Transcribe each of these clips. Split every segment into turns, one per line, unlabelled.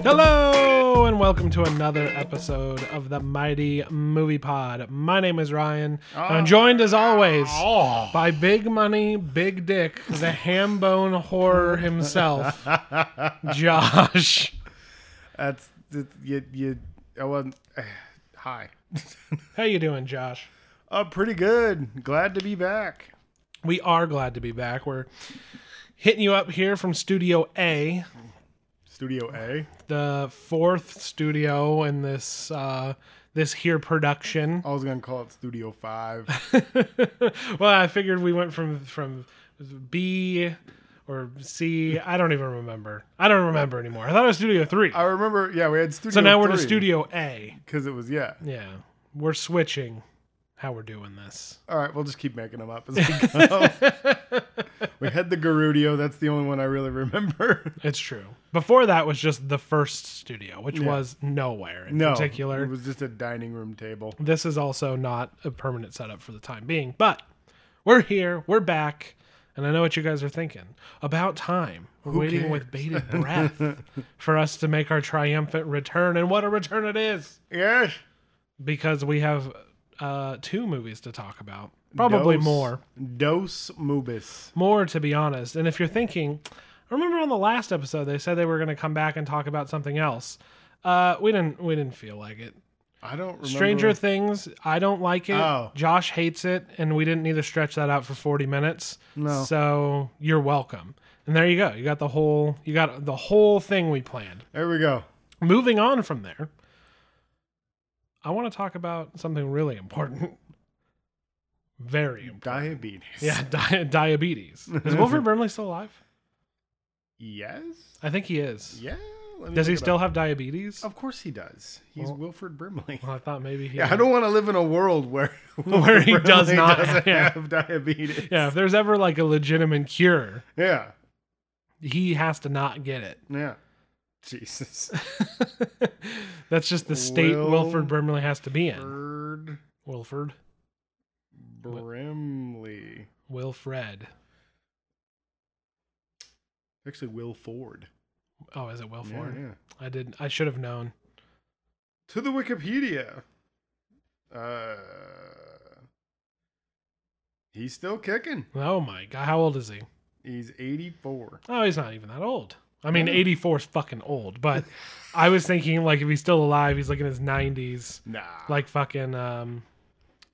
Hello and welcome to another episode of the Mighty Movie Pod. My name is Ryan. and I'm joined as always
Oh,
by Big Money, Big Dick, the hambone horror himself, Josh.
that's that- you. You. I wasn't. eh, Hi.
How you doing, Josh?
I'm pretty good. Glad to be back.
We are glad to be back. We're hitting you up here from Studio A,
Studio A.
the fourth studio in this uh, this here production.
I was gonna call it Studio Five.
well, I figured we went from from B or C. I don't even remember. I don't remember anymore. I thought it was Studio Three.
I remember. Yeah, we had Studio.
So now we're to
three,
Studio A.
because it was yeah.
Yeah, we're switching how we're doing this.
All right, we'll just keep making them up as we go. we had the Garudio. That's the only one I really remember.
It's true. Before that was just the first studio, which
Yeah.
was nowhere in
No,
particular.
It was just a dining room table.
this is also not a permanent setup for the time being, but we're here, we're back, and I know what you guys are thinking. About time. We're waiting with bated breath for us to make our triumphant return, and what a return it is!
Yes.
Because we have uh, two movies to talk about, probably
Dos-
more.
Dos Mubis.
More, to be honest. And if you're thinking, I remember on the last episode they said they were going to come back and talk about something else. Uh, we didn't. We didn't feel like it.
I don't remember.
Stranger Things, I don't like it.
Oh.
Josh hates it, and we didn't need to stretch that out for 40 minutes.
No.
So you're welcome. And there you go. You got the whole you got the whole thing we planned.
There we go.
Moving on from there, I want to talk about something really important. Very important.
Diabetes.
Yeah, di- diabetes. Is Wilfred Brimley still alive?
Yes.
I think he is.
Yeah. let me
Does he
look it up.
still have diabetes?
Of course he does. He's
Well-
Wilfred Brimley.
Well, I thought maybe he.
Yeah, I don't want to live in a world where
Where he
Wilfred
does
Brimley
not-
doesn't
yeah.
have diabetes.
Yeah, if there's ever like a legitimate cure,
yeah,
he has to not get it.
yeah. Jesus.
That's just the state
Wil-
Wilford Brimley has to be in.
Wilfred
Wilford,
Brimley.
Wilfred.
Actually, Will Ford.
Oh, is it Wilford?
Yeah, yeah.
I did. I should have known.
To the Wikipedia. Uh, he's still kicking.
Oh my god, how old is he?
He's 84.
Oh, he's not even that old. I mean,
Yeah.
84 is fucking old. But I was thinking like if he's still alive, he's like in his 90s,
Nah.
like fucking um,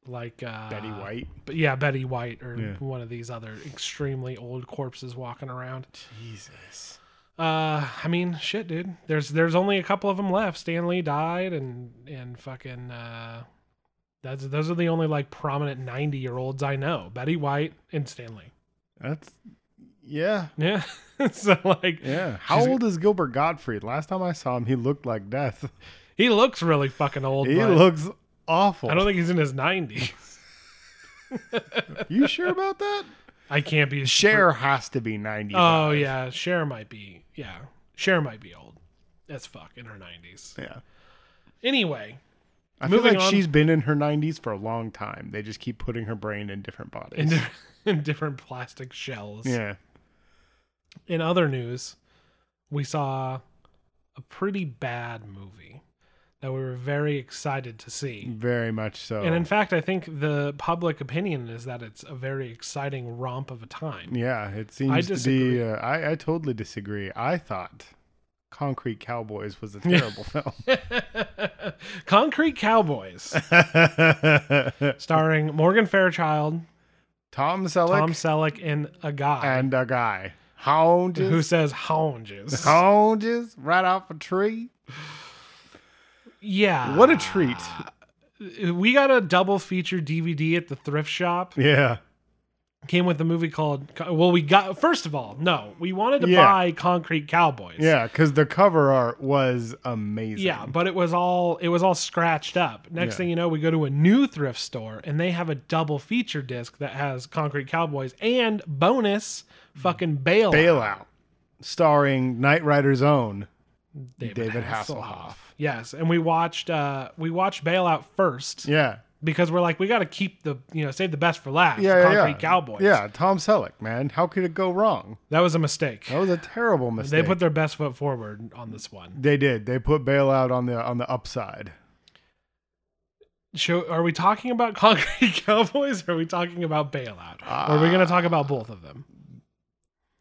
like uh,
Betty White.
But yeah, Betty White or
Yeah.
one of these other extremely old corpses walking around.
Jesus.
Uh, I mean, shit, dude. There's there's only a couple of them left. Stan Lee died, and and fucking uh, that's those are the only like prominent ninety year olds I know. Betty White and Stanley.
That's. Yeah.
Yeah. so like,
Yeah. How
She's-
old is Gilbert Gottfried? Last time I saw him, he looked like death.
he looks really fucking old.
He
but
looks awful.
I don't think he's in his nineties.
you sure about that? uh,
I can't be.
Cher has to be 90.
Oh yeah, Cher might be. Yeah, Cher might be old. That's fuck in her nineties.
Yeah.
Anyway,
I
Moving
feel like
on.
she's been in her 90s for a long time. They just keep putting her brain in different bodies.
in, di- in different plastic shells.
yeah.
in other news, we saw a pretty bad movie that we were very excited to see.
Very much so.
And in fact, I think the public opinion is that it's a very exciting romp of a time.
yeah, it seems to
disagree.
be. Uh, I, I totally disagree. I thought Concrete Cowboys was a terrible
Concrete Cowboys,
film.
starring Morgan Fairchild,
Tom Selleck
Tom Selleck, and a guy
and a guy. Hound.
who says hounges.
Hounges right off a tree.
yeah.
What a treat.
Ah. We got a double feature DVD at the thrift shop.
Yeah.
came with a movie called well we got first of all no we wanted to
Yeah.
buy concrete cowboys
Yeah, because the cover art was amazing.
yeah but it was all it was all scratched up next
Yeah.
thing you know we go to a new thrift store and they have a double feature disc that has concrete cowboys and bonus fucking bail
Bailout, starring Knight Rider's own.
david,
David Hasselhoff.
yes and we watched uh we watched bailout first
Yeah.
because we're like we got to keep the you know save the best for last.
Yeah, yeah,
Concrete
yeah.
Cowboys.
Yeah, Tom Selleck, man. How could it go wrong?
that was a mistake.
That was a terrible
They
mistake.
put their best foot forward on this one.
They did. They put bailout on the on the upside.
Show, are we talking about Concrete Cowboys? Or are we talking about bailout? or are we going to talk about both of them?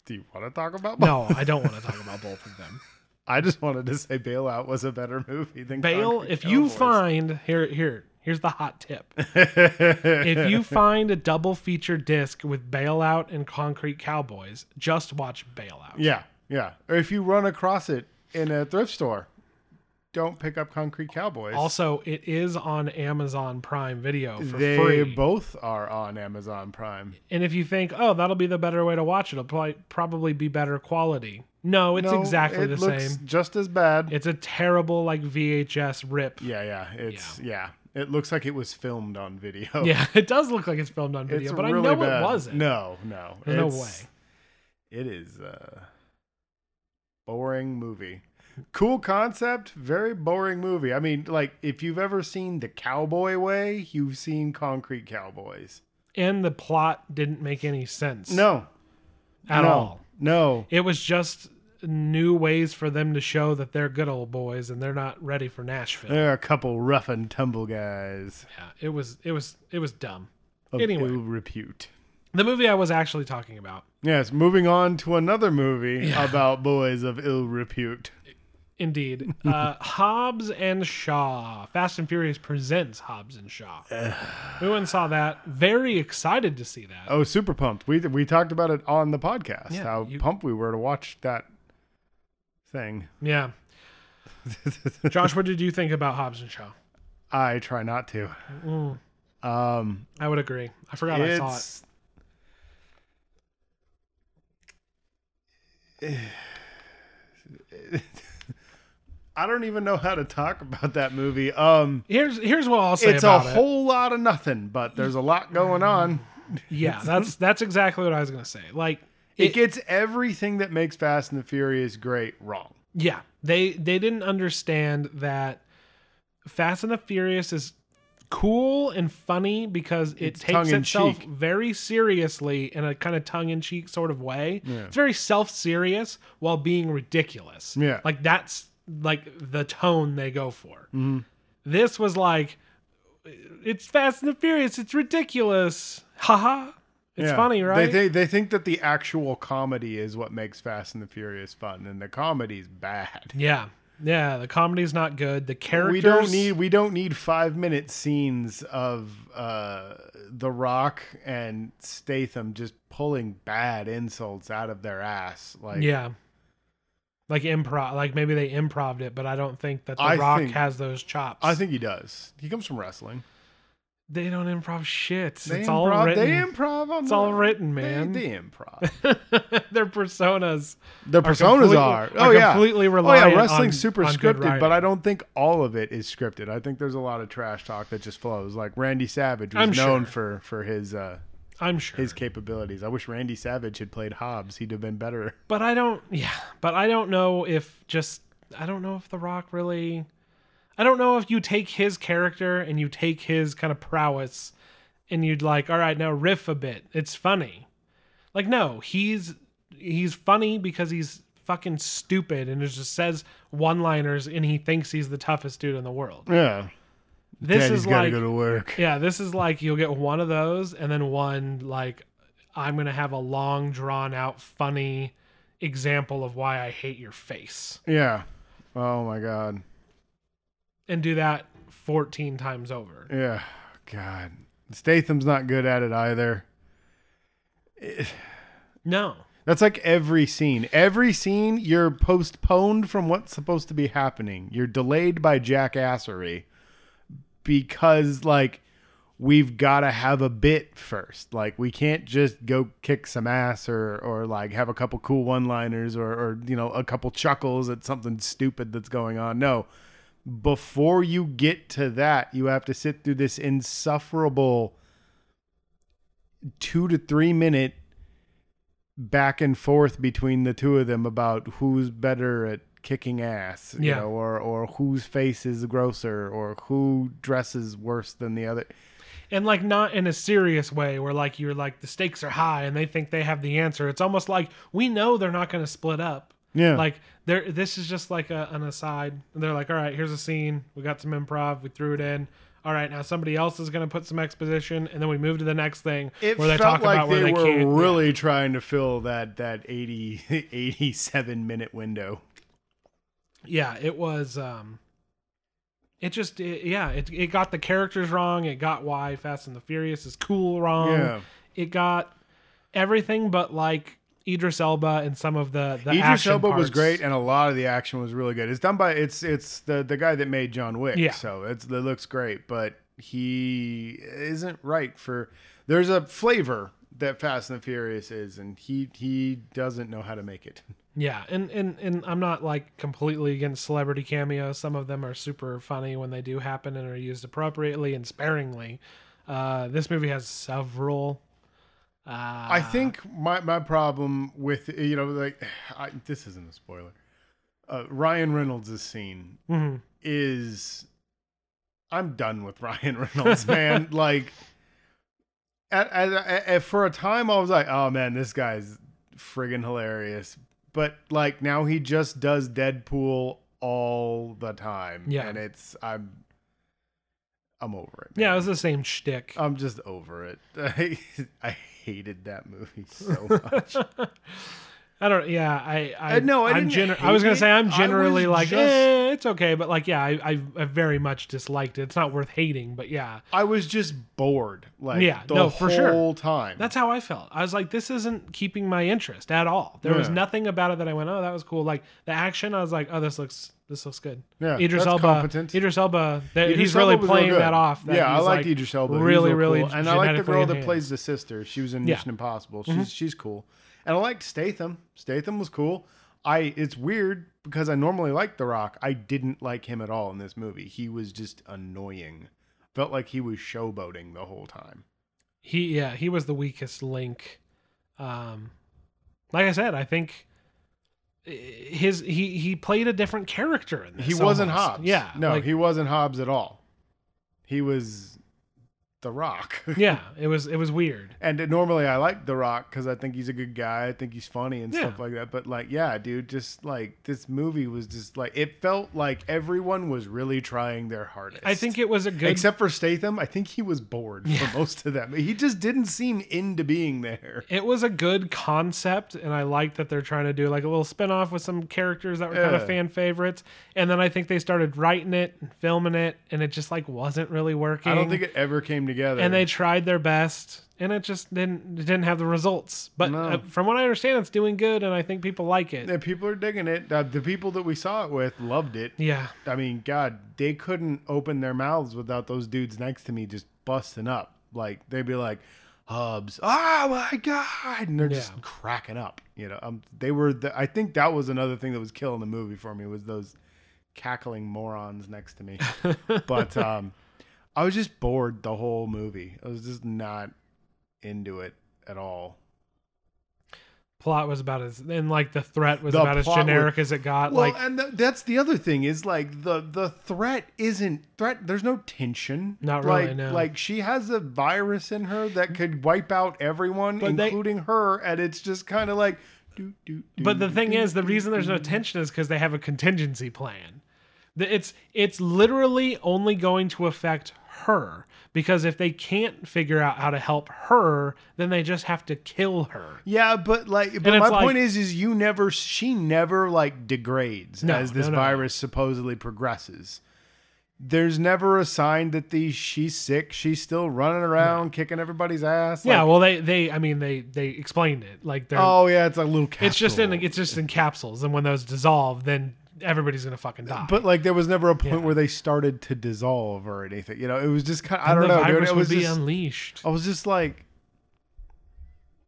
Do you want to talk about?
No, I don't want to talk about both of them.
I just wanted to say bailout was a better movie than
Bail.
Concrete
If you
Cowboys.
find here, here, here's the hot tip. if you find a double feature disc with Bailout and Concrete Cowboys, just watch Bailout.
yeah, yeah, or if you run across it in a thrift store, don't pick up Concrete Cowboys.
Also, it is on Amazon Prime Video for
they
free.
both are on Amazon Prime.
and if you think, oh, that'll be the better way to watch it, it'll probably, probably be better quality. No, it's
No,
exactly
it
the
looks
same.
Just as bad.
It's a terrible like VHS rip.
yeah, yeah. It's yeah. It looks like it was filmed on video.
Yeah, it does look like it's filmed on video,
It's
but I
really
know
bad.
it wasn't.
No, no,
There's no
It's-
way.
It is a boring movie. Cool concept, very boring movie. I mean, like if you've ever seen The Cowboy Way, you've seen Concrete Cowboys.
And the plot didn't make any sense.
No,
at
no,
all.
No,
It was just new ways for them to show that they're good old boys and they're not ready for Nashville.
there are a couple rough and tumble guys
Yeah, it was it was it was dumb.
of
Anyway.
ill repute.
The movie I was actually talking about,
Yes, moving on to another movie about boys of ill repute.
indeed, uh, Hobbs and Shaw. Fast and Furious presents Hobbs and Shaw. we went and saw that. Very excited to see that.
Oh, super pumped. We we talked about it on the podcast.
Yeah,
how
you-
pumped we were to watch that thing.
Yeah. Josh, what did you think about Hobbs and Shaw?
I try not to. Um,
I would agree. I forgot I saw it.
it's I don't even know how to talk about that movie. Um,
Here's here's what I'll say
it's a
about it.
whole lot of nothing, but there's a lot going on.
Yeah, that's that's exactly what I was gonna say. Like
It, gets everything that makes Fast and the Furious great wrong.
Yeah, they they didn't understand that Fast and the Furious is cool and funny because it takes itself
tongue-in-cheek.
very seriously in a kind of tongue in cheek sort of way. It's very self serious while being ridiculous.
Yeah.
like that's like the tone they go for.
Mm-hmm.
This was like, it's Fast and the Furious. It's ridiculous. Haha. It's
Yeah.
funny, right?
They, they they think that the actual comedy is what makes Fast and the Furious fun, and the comedy's bad.
yeah. Yeah, the comedy's not good. The characters
we don't need we don't need five minute scenes of uh, the Rock and Statham just pulling bad insults out of their ass. Like,
Yeah. Like improv, like maybe they improved it, but I don't think that The
I
Rock
think-
has those chops.
I think he does. He comes from wrestling.
they don't improv shit.
They
it's
improv,
all
They
written.
improv. On
It's
the-
all written,
they-
man.
They, improv.
Their personas.
Their
Are
personas
completely-
are. Oh
are
yeah.
completely
oh
reliant
yeah. Wrestling's
on-
super
on good
scripted, but
writing.
I don't think all of it is scripted. I think there's a lot of trash talk that just flows. Like Randy Savage was
I'm
known
sure.
for for his. Uh,
I'm sure.
his capabilities. I wish Randy Savage had played Hobbs. He'd have been better.
but I don't. Yeah. But I don't know if just. I don't know if The Rock really. I don't know if you take his character and you take his kind of prowess, and you'd like, all right, now riff a bit. It's funny. Like no, he's he's funny because he's fucking stupid and it just says one-liners and he thinks he's the toughest dude in the world.
Yeah.
This
Daddy's
is
gotta
like
go to work.
yeah, this is like you'll get one of those and then one like I'm going to have a long drawn out funny example of why I hate your face
Yeah. Oh my god.
and do that 14 times over.
Yeah. God. Statham's not good at it either.
No.
That's like every scene. Every scene you're postponed from what's supposed to be happening. You're delayed by jackassery because like we've got to have a bit first. Like we can't just go kick some ass or or like have a couple cool one-liners or or you know a couple chuckles at something stupid that's going on. No. Before you get to that, you have to sit through this insufferable 2 to 3 minute back and forth between the two of them about who's better at kicking ass, you
Yeah.
know, or or whose face is grosser or who dresses worse than the other.
and like not in a serious way where like you're like the stakes are high and they think they have the answer. It's almost like we know they're not going to split up.
Yeah.
Like there, this is just like a, an aside. And they're like, all right, here's a scene. We got some improv. We threw it in. All right, now somebody else is going to put some exposition, and then we move to the next thing
It
where they
felt
talk
like
about
they,
where they
were
can't.
really trying to fill that that 80, 87 minute window.
yeah it was um it just it, yeah it, it got the characters wrong it got why fast and the furious is cool wrong
Yeah.
it got everything but like idris elba and some of the the
Idris
action
Elba was
parts.
great, and a lot of the action was really good. It's done by it's it's the the guy that made John Wick.
Yeah.
So it's, it looks great, but he isn't right for. There's a flavor that Fast and the Furious is, and he he doesn't know how to make it.
yeah and and and i'm not like completely against celebrity cameos some of them are super funny when they do happen and are used appropriately and sparingly uh this movie has several uh
I think my my problem with you know like I, this isn't a spoiler. Uh, Ryan Reynolds' scene
mhm.
is I'm done with Ryan Reynolds, man. like at, at, at, at- for a time I was like, oh man, this guy's friggin' hilarious. But like now he just does Deadpool all the time.
Yeah.
And it's I'm I'm over it.
yeah it
man.
was the same shtick.
I'm just over it. I, I hated that movie so much.
I don't. Yeah, I. I
Uh, no, I
am
didn't
I was gonna
hate
say
it.
I'm
I
generally
was
like,
just-
eh, it's okay, but like, yeah, I, I, I very much disliked it. It's not worth hating, but yeah,
I was just bored. Like
Yeah,
the
no,
whole
for sure.
time.
that's how I felt. I was like, this isn't keeping my interest at all. There was
Yeah.
nothing about it that I went, oh, that was cool. Like the action, I was like, oh, this looks, this looks good.
Yeah,
Idris
that's
Elba,
competent.
Idris Elba, that,
Idris
he's really
Elba was real
playing
good.
that off. that
yeah, I
he's,
liked Idris Elba. He was
Really,
real
really,
cool. and I like the
genetically
girl that
enhanced.
plays the sister. She was in
Yeah. Mm-hmm.
Mission Impossible. She's she's cool, and I liked Statham. Statham was cool. I it's weird because I normally like The Rock. I didn't like him at all in this movie. He was just annoying. Felt like he was showboating the whole time.
he yeah he was the weakest link um like i said i think eh, his he he played a different character in this
He wasn't
almost.
Hobbs.
yeah
no,
like,
he wasn't Hobbs at all. He was The Rock.
yeah it was it was weird
And normally I like The Rock because I think he's a good guy. I think he's funny and stuff
Yeah.
like that. But like, yeah, dude, just like this movie was just like it felt like everyone was really trying their hardest.
i think it was a good
except for Statham, I think he was bored for most of that. He just didn't seem into being there.
it was a good concept and i like that they're trying to do like a little spin-off with some characters that were kind of
Yeah.
fan favorites and then i think they started writing it and filming it and it just like wasn't really working
I don't think it ever came together.
and they tried their best and it just didn't it didn't have the results but
No.
uh, from what i understand it's doing good and i think people like it
And people are digging it. Uh, the people that we saw it with loved it.
yeah
I mean, God, they couldn't open their mouths without those dudes next to me just busting up. Like they'd be like, "Hubs, oh my God!" and they're
Yeah.
just cracking up. You know, um, they were. The, I think that was another thing that was killing the movie for me was those cackling morons next to me. but um, I was just bored the whole movie. I was just not into it at all.
plot was about as and like the threat was
The
about as
plot was-
generic as it got
Well,
like
and th- that's the other thing is like the the threat isn't threat. There's no tension.
Not
like,
really, no.
Like she has a virus in her that could wipe out everyone,
But they-
including her, and it's just kind of like. doo, doo, doo,
but the thing
doo,
is the
doo,
reason there's no tension is because they have a contingency plan The- it's it's literally only going to affect her because if they can't figure out how to help her then they just have to kill her
Yeah, but like, but
it's
my
like-
point is, is you never, she never like degrades
No,
as this
no, no, no.
virus supposedly progresses. There's never a sign that the she's sick. She's still running around, kicking everybody's ass.
yeah
like,
well they they i mean they they explained it like they're
oh yeah, it's a little. Capsule.
It's just in it's just in capsules, and when those dissolve, then everybody's gonna fucking die.
But like, there was never a point
Yeah.
where they started to dissolve or anything. You know, it was just kind. of, I
And
don't
the
know. dude.
virus
It was
would be
just. Oh.
unleashed.
I was just like,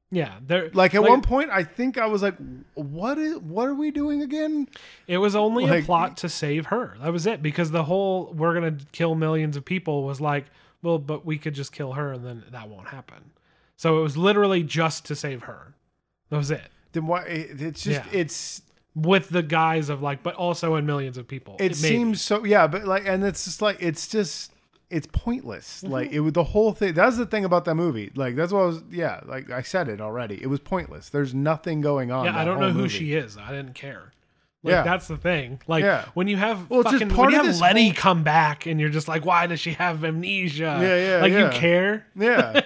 Yeah, there.
like at one point, I think I was like, what is? What are we doing again?
it was only a
like-
plot to save her. That was it, because the whole "we're gonna kill millions of people" was like, well, but we could just kill her, and then that won't happen. So it was literally just to save her. That was it,
Then why? It, it's just.
Yeah.
It's.
with the guise of like, but also in millions of people.
It
maybe.
seems so. Yeah, but like, and it's just like it's just. it's pointless.
Mm-hmm.
Like it was the whole thing. That's the thing about that movie. Like that's what I was. Yeah, like I said it already. It was pointless. There's nothing going on.
Yeah, I don't know who she is. I didn't care. Like
Yeah.
that's the thing. Like
Yeah.
when you have
Well, it's just
fucking
part
when you
of
have
this
Letty
whole-
come back and you're just like, why does she have amnesia?
Yeah, yeah,
Like
yeah.
you care.
Yeah,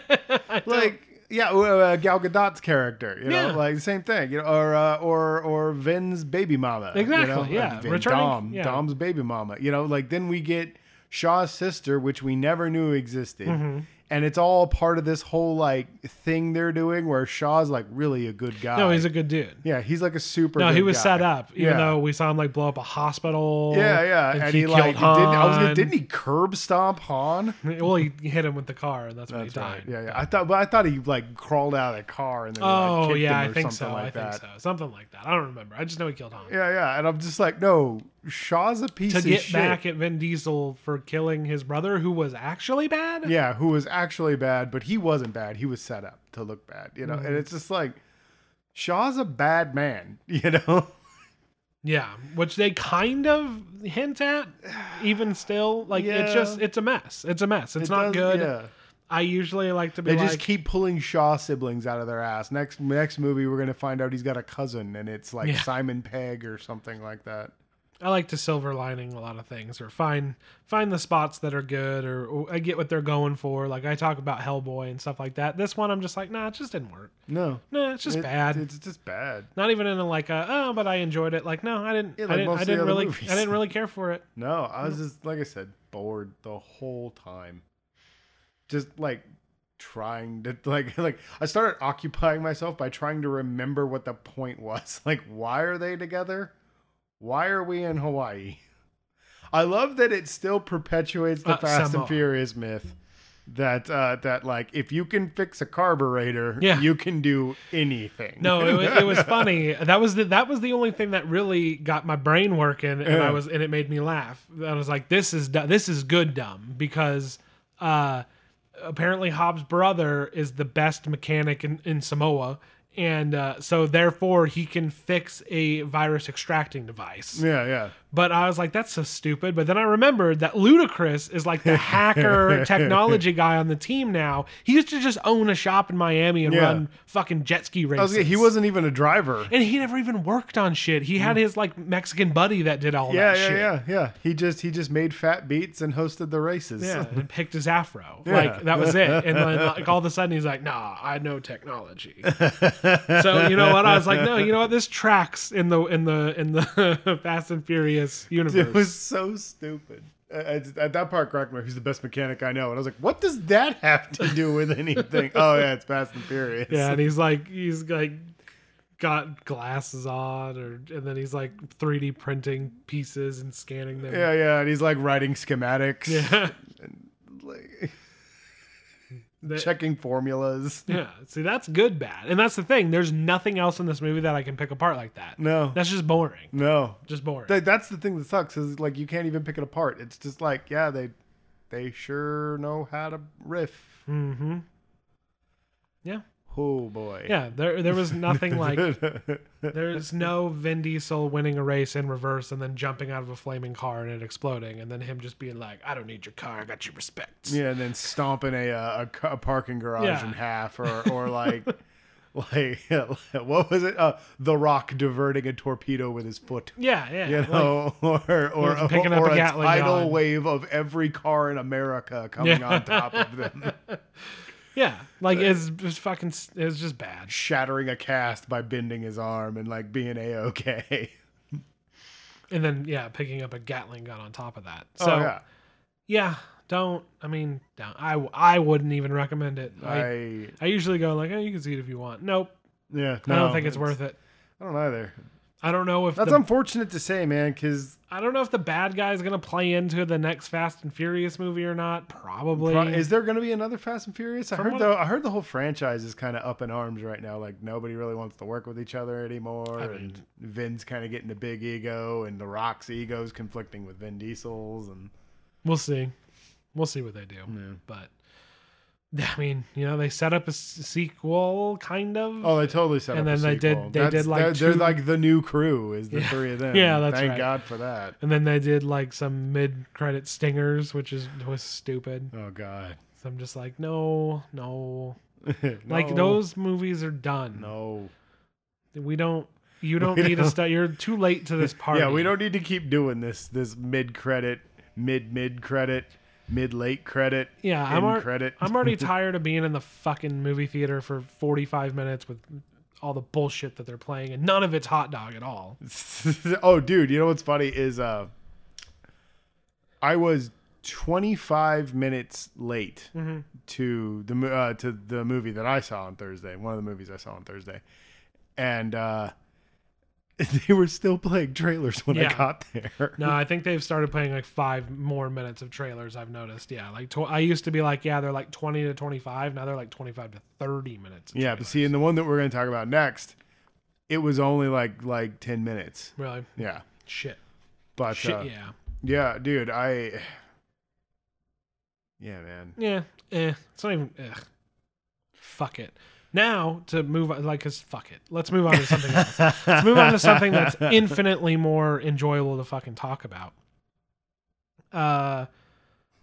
like yeah, well, uh, Gal Gadot's character. You know,
Yeah.
like the same thing. You know, or uh, or or Vin's baby mama. you
Exactly,
know?
yeah.
Vin,
Returning-
Dom,
yeah.
Dom's baby mama. You know, like then we get Shaw's sister, which we never knew existed.
Mm-hmm.
And it's all part of this whole like thing they're doing where Shaw's like really a good guy.
No, he's a good dude.
yeah, he's like a super.
No, he
good
was
guy.
set up, even
Yeah.
though we saw him like blow up a hospital.
Yeah, yeah, and, he,
killed
like didn't, I was gonna,
Han.
didn't he curb stomp Han?
Well, he he hit him with the car, and that's when he died.
Yeah, yeah. I thought, but I thought he like crawled out of the car and then like,
Oh
kicked
yeah,
him
I
or
think
something
so.
like
I
that.
think so. Something like that. I don't remember. I just know he killed Han.
Yeah, yeah. And I'm just like, no, Shaw's a piece
to
of
get
shit.
back at Vin Diesel for killing his brother, who was actually bad.
yeah, who was actually bad, but he wasn't bad. He was set up to look bad, you know.
Mm-hmm.
And it's just like Shaw's a bad man, you know.
Yeah, which they kind of hint at, even still. Like it's
Yeah.
just it's a mess. It's a mess. It's
It
not
does-
good.
Yeah.
I usually like to be
They
like,
just keep pulling Shaw siblings out of their ass. Next next movie, we're gonna find out he's got a cousin, and it's like
Yeah.
Simon Pegg or something like that.
I like to silver lining a lot of things or find find the spots that are good or, or I get what they're going for. Like I talk about Hellboy and stuff like that. This one I'm just like, nah, it just didn't work.
No,
Nah, it's just
It-
bad.
It's just bad.
Not even in a like a oh, but I enjoyed it. Like no, I didn't.
Yeah,
I
like
didn't.
most
I
of the
didn't
other
really.
movies.
I didn't really care for it.
No, I was just like I said, bored the whole time. Just like trying to like like I started occupying myself by trying to remember what the point was. Like why are they together? Why are we in Hawaii? I love that it still perpetuates the
Uh,
Fast
Samoa.
and Furious myth that uh that like if you can fix a carburetor,
Yeah.
you can do anything.
No, it was, it was funny. That was the that was the only thing that really got my brain working, and I
Yeah.
was and it made me laugh. I was like, this is du- this is good dumb because uh, apparently Hobbs' brother is the best mechanic in, in Samoa, and uh, so therefore he can fix a virus extracting device.
Yeah, yeah.
But I was like, that's so stupid. But then I remembered that Ludacris is like the hacker technology guy on the team now. He used to just own a shop in Miami and
Yeah.
run fucking jet ski
I
races.
was, he wasn't even a driver.
and he never even worked on shit. He had his like Mexican buddy that did all
Mm. yeah,
that
yeah,
shit.
yeah, yeah. He just he just made fat beats and hosted the races.
Yeah, and picked his afro.
Yeah.
Like that was it. And then like all of a sudden he's like, "Nah, I know technology." so you know what? I was like, "No, you know what? This tracks in the in the in the Fast and Furious universe."
it was so stupid. Uh, at that part, cracked me. He's the best mechanic I know, and I was like, "What does that have to do with anything?" oh yeah, it's Fast and Furious.
Yeah, and he's like he's like got glasses on or and then he's like 3D printing pieces and scanning them.
yeah, yeah. And he's like writing schematics,
Yeah.
like,
That-
checking formulas.
yeah. See, that's good bad. And that's the thing. There's nothing else in this movie that I can pick apart like that.
No,
That's just boring.
no.
Just boring.
Th- that's the thing that sucks is like you can't even pick it apart. It's just like, yeah, they they sure know how to riff.
mm-hmm. Yeah.
Oh boy.
Yeah, there there was nothing like there's no Vin Diesel winning a race in reverse and then jumping out of a flaming car and it exploding and then him just being like, I don't need your car, I got your respect.
Yeah, and then stomping a uh, a, ca- a parking garage
Yeah.
in half, or or like like what was it? Uh, the Rock diverting a torpedo with his foot.
Yeah, yeah.
You
like-
know, or or
was
or,
picking up a
a,
Gatling
tidal
gun.
wave of every car in America coming
Yeah.
on top of them,
Yeah, like it's just fucking. s- It's just bad.
shattering a cast by bending his arm and like being a okay.
And then yeah, picking up a Gatling gun on top of that. So
oh yeah,
yeah, don't. I mean, don't. I w- I wouldn't even recommend it.
I,
I I usually go like, oh, you can see it if you want. Nope,
yeah.
I
no,
don't think it's, worth it.
I don't either.
I don't know if
That's
the,
unfortunate to say, man, because
I don't know if the bad guy is gonna play into the next Fast and Furious movie or not. Probably.
Pro- Is there going to be another Fast and Furious? I
From
heard
what
though. I heard the whole franchise is kind of up in arms right now. Like nobody really wants to work with each other anymore.
I mean-
and Vin's kind of getting a big ego, and The Rock's ego's conflicting with Vin Diesel's. And Mm.
we'll see. We'll see what they do. But I mean, you know, they set up a s- sequel, kind of.
Oh, they totally set
And
up. a
then they did-
sequel.
they
That's-
did, like,
they're, they're
two-
like the new crew is the
Yeah.
three of them.
Yeah, that's
Thank
right.
God for that.
and then they did like some mid-credit stingers, which is was stupid.
Oh God.
So I'm just like, no, no, like
No.
those movies are done.
No.
We don't. You don't
We
need to
don't-
stu You're too late to this party.
Yeah, we don't need to keep doing this. This mid credit, mid mid credit, mid late credit.
Yeah, I'm
end
already,
credit.
I'm already tired of being in the fucking movie theater for 45 minutes with all the bullshit that they're playing, and none of it's hot dog at all.
oh, dude, you know what's funny is uh, I was 25 minutes late
Mm-hmm.
to the mo- uh, to the movie that I saw on Thursday. One of the movies I saw on Thursday, and uh, they were still playing trailers when
Yeah.
I got there.
No, I think they've started playing like five more minutes of trailers. I've noticed. Yeah, like tw- I used to be like, yeah, they're like 20 to 25. Now they're like 25 to 30 minutes. of
Yeah, but see, in the one that we're going to talk about next, it was only like like 10 minutes.
trailer. really
Yeah,
shit,
but
shit.
uh,
yeah,
Yeah, dude, I. Yeah, man.
yeah. Eh, it's not even. Ugh. Fuck it. Now to move on, like, cause fuck it. Let's move on to something else. Let's move on to something that's infinitely more enjoyable to fucking talk about. Uh,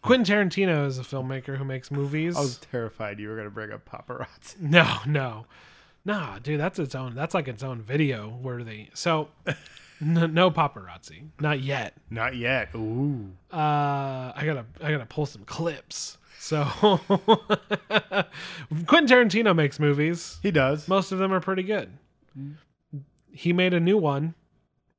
Quentin Tarantino is a filmmaker who makes movies.
I was terrified you were gonna bring up paparazzi.
No, no, nah, dude, that's its own. That's like its own video worthy. So, n- no paparazzi, not yet.
Not yet. Ooh.
Uh, I gotta, I gotta pull some clips. So, Quentin Tarantino makes movies.
He does.
Most of them are pretty good.
Mm-hmm.
He made a new one.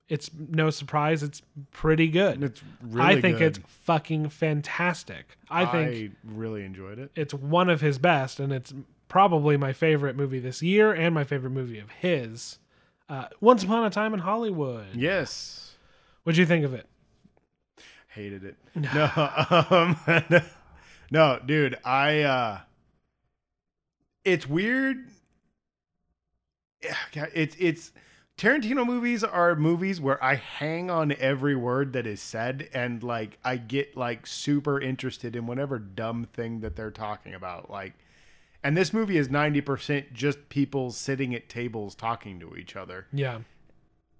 It's no surprise. It's pretty good.
It's really.
I think
good.
it's fucking fantastic. I think
really enjoyed it.
it's one of his best, and it's probably my favorite movie this year and my favorite movie of his. Uh, Once Upon a Time in Hollywood.
Yes.
What'd you think of it?
Hated it. No. Um, no, dude. I. uh It's weird. Yeah, God, It's it's. Tarantino movies are movies where I hang on every word that is said and like I get like super interested in whatever dumb thing that they're talking about. Like and this movie is 90% just people sitting at tables talking to each other
Yeah,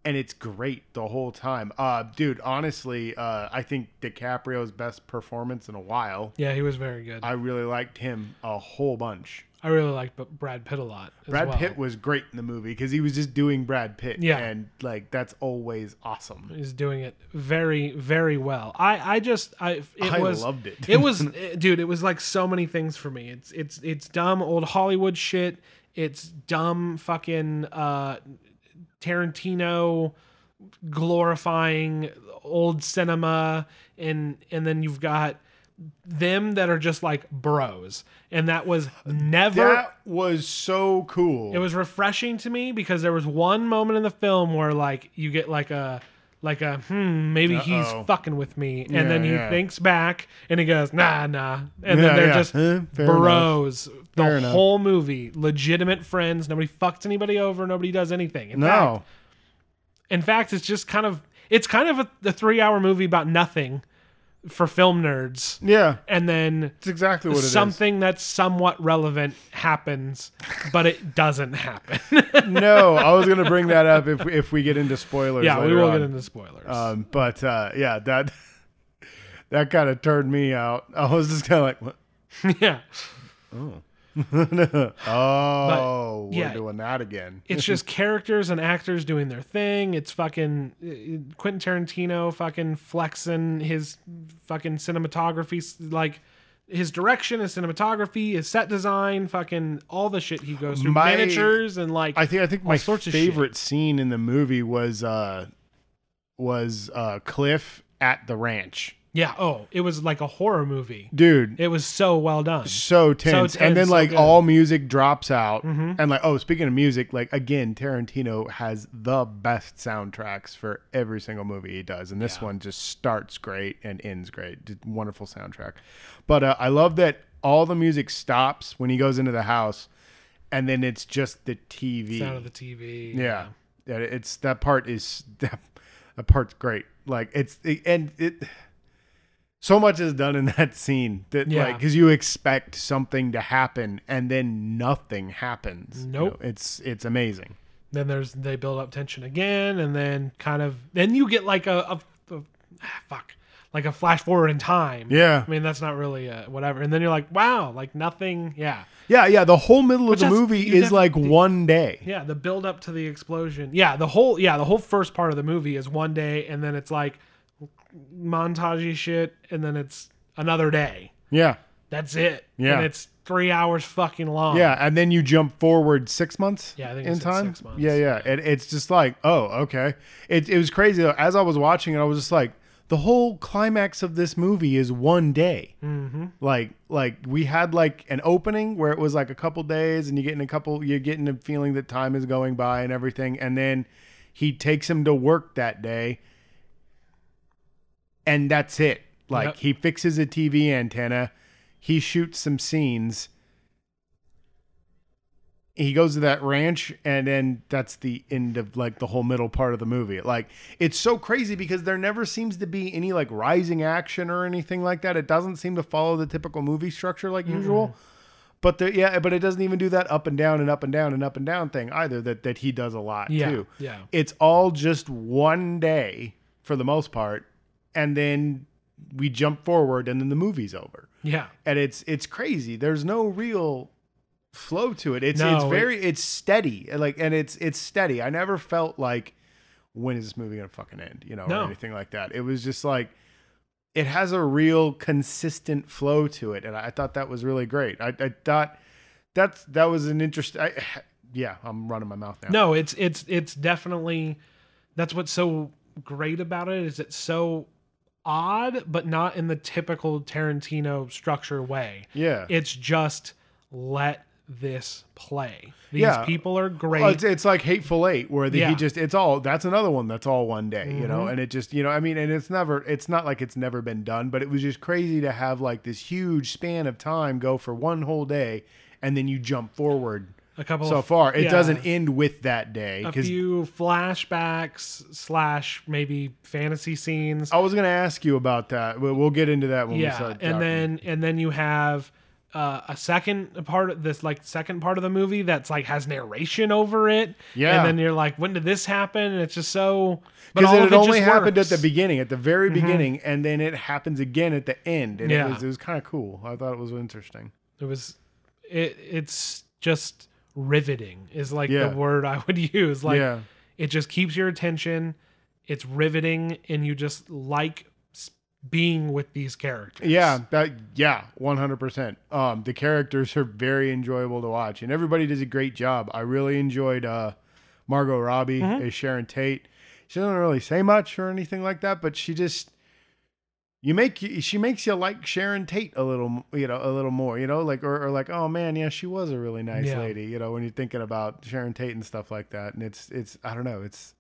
and it's great the whole time. Uh dude, honestly, uh I think DiCaprio's best performance in a while.
yeah, he was very good. I,
I really liked him a whole bunch.
really liked B- Brad Pitt a lot. as
Brad
well.
Pitt was great in the movie because he was just doing Brad Pitt.
Yeah.
And like that's always awesome.
is doing it very, very well. I, I just, I, it
I
was,
loved it.
it was, eh, dude, it was like so many things for me. It's, it's, it's dumb old Hollywood shit. It's dumb fucking uh, Tarantino glorifying old cinema, and and then you've got them that are just like bros, and that was never
That was so cool.
it was refreshing to me because there was one moment in the film where like you get like a like a hmm maybe
Uh-oh.
he's fucking with me and
Yeah,
then he
yeah.
thinks back and he goes nah nah and
Yeah,
then they're
yeah.
just
Huh, fair
bros the
Fair enough.
whole movie legitimate friends nobody fucks anybody over nobody does anything in fact
no.
in fact it's just kind of it's kind of a, a 3 hour movie about nothing for film nerds
Yeah.
and then
It's exactly what it is.
something that's somewhat relevant happens but it doesn't happen
no, I was gonna bring that up if if we get into spoilers.
Yeah, we
later
will
on.
get into spoilers.
Um, but uh, yeah, that that kind of turned me out. I was just kind of like, what?
yeah,
oh, we're
yeah.
doing that again.
it's just characters and actors doing their thing. It's fucking uh, Quentin Tarantino fucking flexing his fucking cinematography, s- like his direction, his cinematography, his set design, fucking all the shit he goes through,
My-
miniatures and like
I think I think my
sorts of
favorite scene in the movie was uh, was uh, Cliff at the ranch,
yeah. Oh, it was like a horror movie.
dude.
It was so well done.
so tense. and then
tense, so
like
good. Mm-hmm.
all music drops out and like oh speaking of music like again Tarantino has the best soundtracks for every single movie he does and this one just starts great and ends great Just wonderful soundtrack but uh, I love that all the music stops when he goes into the house and then it's just the TV
Sound of the TV.
yeah. yeah it's that part is that, that part's great like it's it, and it so much is done in that scene that
Yeah.
like because you expect something to happen and then nothing happens. You know,
Nope.
it's it's amazing.
then there's they build up tension again and then kind of then you get like a, a, a- ah, fuck like a flash forward in time
Yeah.
i mean that's not really a, whatever and then you're like wow like nothing yeah
Yeah, yeah. The whole middle of the
that's-
movie
you
is
never-
like one day.
yeah the build up to the explosion yeah the whole yeah the whole first part of the movie is one day and then it's like montagey shit and then it's another day
Yeah.
that's it
Yeah.
and it's three hours fucking long
Yeah, and then you jump forward six months.
Yeah, I think it
in
said
time.
six months.
Yeah, yeah. It, it's just like, oh, okay. It it was crazy though. As I was watching it, I was just like, the whole climax of this movie is one day. Mm-hmm. Like, like we had like an opening where it was like a couple days, and you get in a couple, you're getting a feeling that time is going by and everything, and then he takes him to work that day, and that's it. Like
Yep.
he fixes a TV antenna, he shoots some scenes he goes to that ranch and then that's the end of like the whole middle part of the movie like it's so crazy because there never seems to be any like rising action or anything like that it doesn't seem to follow the typical movie structure like usual but the, yeah but it doesn't even do that up and down and up and down and up and down thing either that that he does a lot
Yeah,
too
yeah.
it's all just one day for the most part and then we jump forward and then the movie's over
yeah
and it's it's crazy. There's no real flow to it. It's
No,
it's very it's steady. and Like and it's it's steady. I never felt like when is this movie gonna fucking end? You know,
No.
or anything like that. It was just like it has a real consistent flow to it, and I thought that was really great. I, I thought that's that was an interesting. I, yeah, I'm running my mouth now.
No, it's it's it's definitely that's what's so great about it is it's so odd, but not in the typical Tarantino structure way.
Yeah.
It's just let this play. These
Yeah.
people are great.
Well, Oh, it's, it's like Hateful Eight, where the,
Yeah. Mm-hmm.
he just it's all that's another one that's all one day, you know, and it just you know I mean, and it's never it's not like it's never been done, but it was just crazy to have like this huge span of time go for one whole day, and then you jump forward
a couple
so
of,
far. It
yeah,
doesn't end with that day
a
because
few flashbacks slash maybe fantasy scenes.
I was gonna ask you about that. We'll, we'll get into that when Oh, we
yeah
start.
and
talking.
then and then you have uh, a second part of this like second part of the movie that's like has narration over it
Yeah.
and then you're like when did this happen and it's just so but
because
all
it,
of
had only
just
happened at
works.
the
Mm-hmm.
beginning, at the very beginning, and then it happens again at the end, and
Yeah.
it was it was kind of cool. I thought it was interesting.
it was it it's just riveting is like
Yeah.
the word i would use like
Yeah.
it just keeps your attention it's riveting and you just like s- being with these characters
Yeah, that yeah, one hundred percent. Um, the characters are very enjoyable to watch, and everybody does a great job. I really enjoyed uh, Margot Robbie as Sharon Tate. She doesn't really say much or anything like that, but she just you make you- she makes you like Sharon Tate a little, you know, a little more, you know, like or, or like, oh man, yeah, she was a really nice
Yeah.
lady, you know, when you're thinking about Sharon Tate and stuff like that, and it's it's I don't know, it's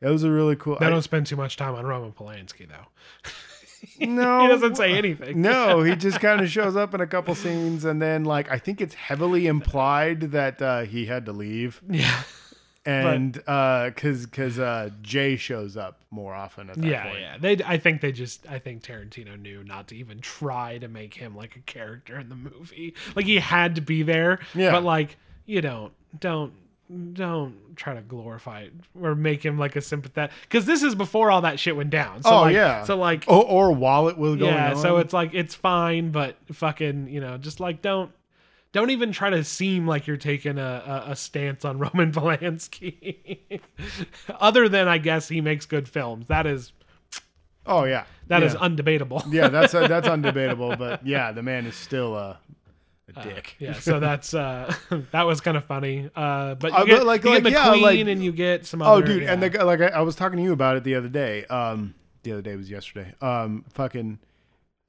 it was a really cool.
they
I-
don't spend too much time on roman polanski though
no,
he doesn't say anything
No, he just kind of shows up in a couple scenes, and then like I think it's heavily implied that uh, he had to leave,
yeah
and because because uh, Jay shows up more often at that
yeah,
point.
yeah. They, I think they just, I think Tarantino knew not to even try to make him like a character in the movie. Like he had to be there,
Yeah.
But like, you don't, don't, don't try to glorify or make him like a sympathetic. Because this is before all that shit went down. So
Oh,
like,
yeah.
So like,
Or, or while it was going
yeah.
on.
So it's like it's fine, but fucking, you know, just like don't. Don't even try to seem like you're taking a, a, a stance on Roman Polanski. Other than, I guess, he makes good films. That is
oh yeah,
that
yeah.
is undebatable.
yeah, that's uh, that's undebatable, but yeah, the man is still uh, a dick.
yeah, so that's uh that was kind of funny. Uh but you
Uh,
get,
but like-
you get
like,
the
yeah,
queen
like-
and you get some
Oh,
other
dude, and
yeah.
the guy- like I, I was talking to you about it the other day. Um, the other day was yesterday. Um, fucking,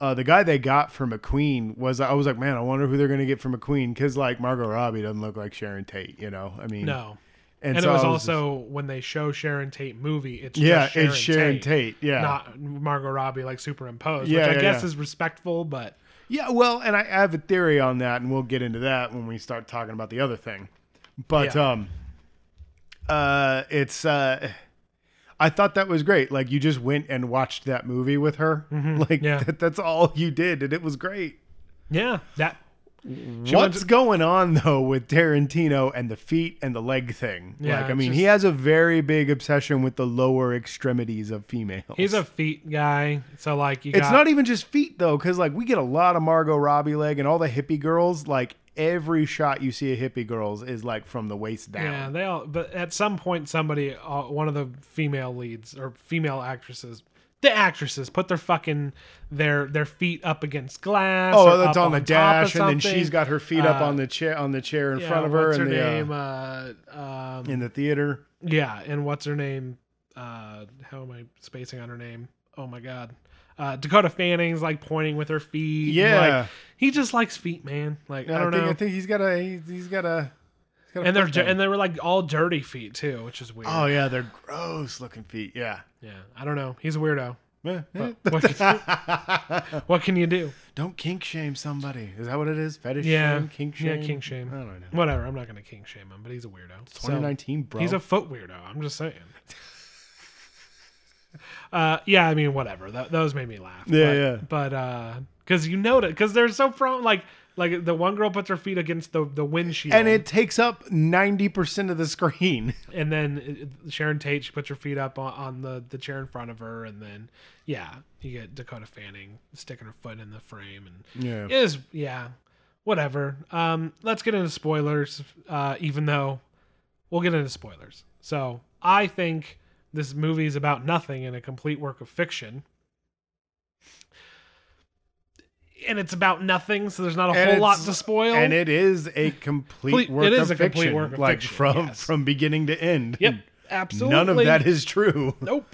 uh, the guy they got for McQueen was I was like, man, I wonder who they're gonna get for McQueen because like Margot Robbie doesn't look like Sharon Tate, you know? I mean,
No.
and,
And,
so
it was
I
also when they show Sharon Tate movie, it's
just- yeah,
just Sharon
it's Sharon
Tate,
Tate, yeah,
not Margot Robbie like superimposed,
Yeah,
which I
yeah,
guess
yeah.
is respectful, but
yeah. Well, and I have a theory on that, and we'll get into that when we start talking about the other thing. But
Yeah.
um, uh, it's uh. I thought that was great. Like you just went and watched that movie with her. Like
Mm-hmm. Yeah.
that, that's all you did, and it was great.
Yeah, that
What's going on though with Tarantino and the feet and the leg thing?
Yeah,
like I
it's
mean,
just-
he has a very big obsession with the lower extremities of females.
he's a feet guy. So like you
It's
got
not even just feet though, because like we get a lot of Margot Robbie leg and all the hippie girls. Like every shot you see of hippie girls is like from the waist down.
Yeah, they all. But at some point, somebody, uh, one of the female leads or female actresses, the actresses put their fucking their their feet up against glass.
Oh,
or
that's
up
on the
top of
dash, and then she's
something. Uh,
got her feet up on the chair on the chair in
Yeah,
front of her,
What's
and
her
the, uh,
name? Uh, um,
in the theater.
yeah, and what's her name? Uh, how am I spacing on her name? Oh my god. Uh, Dakota Fanning's like pointing with her feet.
Yeah.
like, he just likes feet, man. Like I
I,
don't
think,
know.
I think he's got a he's, he's got a. he's got a
and they're
foot
di-
thing.
and they were like all dirty feet too, which is weird.
oh yeah, they're gross looking feet. Yeah.
Yeah, I don't know. He's a weirdo.
Eh, eh.
What can, what can you do?
Don't kink shame somebody. Is that what it is? Fetish
Yeah,
shame, kink
yeah,
shame.
kink shame.
I don't know.
Whatever. I'm not gonna king shame him, but he's a weirdo. So,
2019, bro.
he's a foot weirdo. I'm just saying. uh, yeah, I mean, whatever. Tho- those made me laugh.
Yeah,
but,
yeah.
But uh, because you know because they're so prone. Like, like the one girl puts her feet against the the windshield,
and it takes up 90% of the screen.
and then uh, Sharon Tate she puts her feet up on, on the the chair in front of her, and then yeah, you get Dakota Fanning sticking her foot in the frame, and
Yeah.
It is yeah, whatever. Um, let's get into spoilers. Uh, even though we'll get into spoilers. So I think this movie is about nothing and a complete work of fiction. And it's about nothing, so there's not a
And
whole lot
it's-
to spoil.
And it is a complete
Complete-
work
it is
of
a complete
fiction,
work of
like
fiction,
from
yes.
from beginning to end.
yep, absolutely.
None of that is true.
Nope.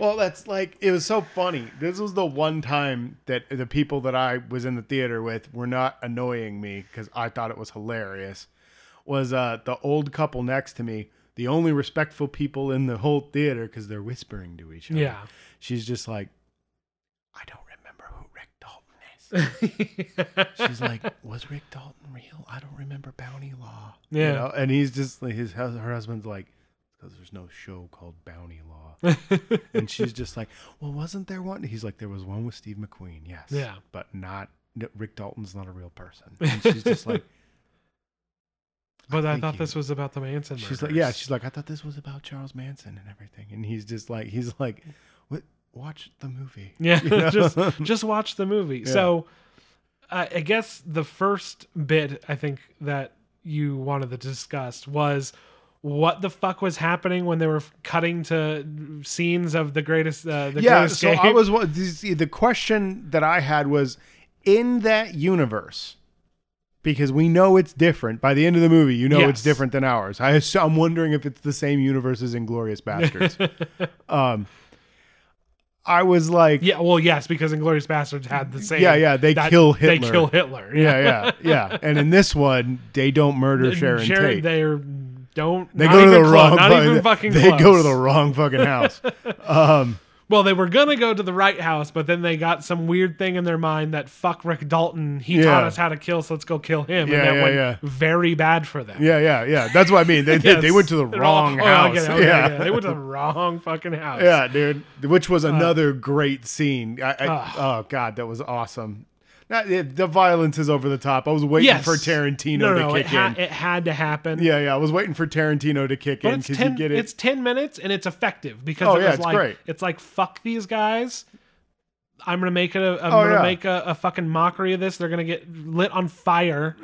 Well, that's like it was so funny. This was the one time that the people that I was in the theater with were not annoying me because I thought it was hilarious. Was uh, the old couple next to me the only respectful people in the whole theater because they're whispering to each other?
Yeah.
She's just like, I don't remember who Rick Dalton is. She's like, was Rick Dalton real? I don't remember Bounty Law. You
Yeah.
know? And he's just like, his hus- her husband's like, because there's no show called Bounty Law. and she's just like, well, wasn't there one? He's like, there was one with Steve McQueen. Yes.
Yeah.
But not no, Rick Dalton's not a real person. And she's just like,
But I,
Thank
thought
you.
this was about the Manson.
She's like,
murders.
yeah. She's like, I thought this was about Charles Manson and everything. And he's just like, he's like, what? Watch the movie.
Yeah,
You know?
just just watch the movie. So, I I guess the first bit I think that you wanted to discuss was what the fuck was happening when they were cutting to scenes of the greatest. Uh, the
yeah.
greatest
So I
game?
was wa- this- the question that I had was in that universe because we know it's different. By the end of the movie, you know it's
Yes.
different than ours. I, ass- I'm wondering if it's the same universe as Inglorious Bastards. um, I was like,
Yeah, well, yes, because Inglorious Bastards had the same.
Yeah, yeah, they kill Hitler.
They kill Hitler.
yeah, yeah, yeah. And in this one, they don't murder Sharon, Tate.
They're don't.
They
not
go to
even
the
close,
wrong.
Not
fucking-
even fucking.
They go to
close.
the wrong fucking house.
Well, they were gonna go to the right house, but then they got some weird thing in their mind that fuck Rick Dalton. He
Yeah.
taught us how to kill, so let's go kill him.
Yeah,
and that
yeah,
went
yeah.
very bad for them.
yeah, yeah, yeah. That's what I mean. They they, they
Yes.
went to the
They're all-
wrong
oh,
house.
okay, okay,
yeah.
yeah, they went to the wrong fucking house.
Yeah, dude. Which was
Uh.
another great scene. I,
Ah.
I, oh god, that was awesome. Not, it, the violence is over the top. I was waiting
Yes.
for Tarantino
No,
to
no,
kick
it, ha-
in.
it had to happen.
yeah, yeah. I was waiting for Tarantino to kick
But
in
it's
because you
ten.
get it.
It's ten minutes, and it's effective because
Oh,
it
yeah,
was
it's
like
great.
it's like fuck these guys. I'm gonna make it. A, I'm
Oh,
gonna
yeah.
make a, a fucking mockery of this. They're gonna get lit on fire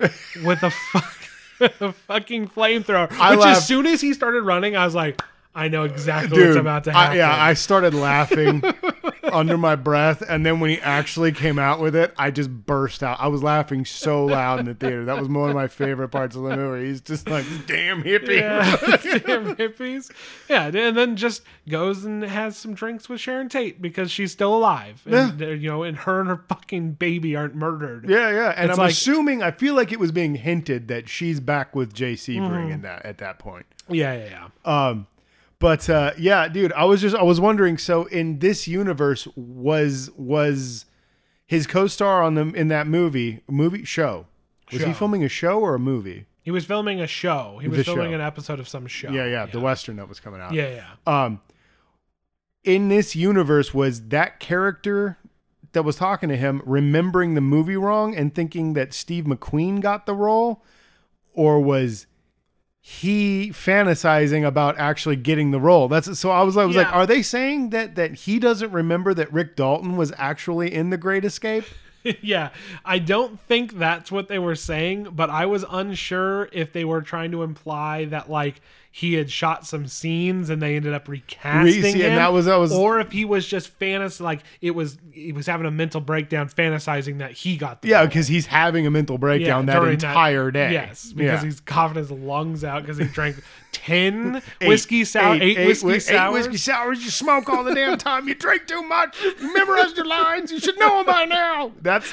with a, fuck, a fucking flamethrower.
I
Which
laughed.
as soon as he started running, I was like, I know exactly
Dude,
what's about to
I,
happen.
yeah, I started laughing under my breath, and then when he actually came out with it, I just burst out. I was laughing so loud in the theater. That was one of my favorite parts of the movie. He's just like, "Damn hippie."
Yeah, Damn hippies. Yeah, and then just goes and has some drinks with Sharon Tate because she's still alive. And, uh, You know, and her and her fucking baby aren't murdered.
Yeah, yeah. And
It's
I'm
like-
assuming I feel like it was being hinted that she's back with JC
Mm-hmm.
bringing that at that point.
yeah, yeah. yeah.
But uh, yeah, dude, I was just I was wondering. So in this universe, was was his co-star on them in that movie movie show? Was
Show.
he filming a show or a movie?
He was filming a show. He was
The
filming
show.
an episode of some show.
Yeah, yeah, the western that was coming out.
yeah, yeah.
Um, in this universe was that character that was talking to him remembering the movie wrong and thinking that Steve McQueen got the role, or was he fantasizing about actually getting the role? That's so. I was, I was like,
Yeah.
are they saying that that he doesn't remember that Rick Dalton was actually in The Great Escape?
yeah, I don't think that's what they were saying, but I was unsure if they were trying to imply that like he had shot some scenes and they ended up recasting
Re- see,
him,
and that was- that was-
or if he was just fantasy like it was he was having a mental breakdown fantasizing that he got the
Yeah,
role.
because he's having a mental
Yeah,
breakdown that
during
entire day.
Yes, because
Yeah.
he's coughing his lungs out because he drank ten whiskey sour, eight, whiskey
whi-
sours.
Eight whiskey sours. You smoke all the damn time. You drink too much. You memorize your lines. You should know them by now. That's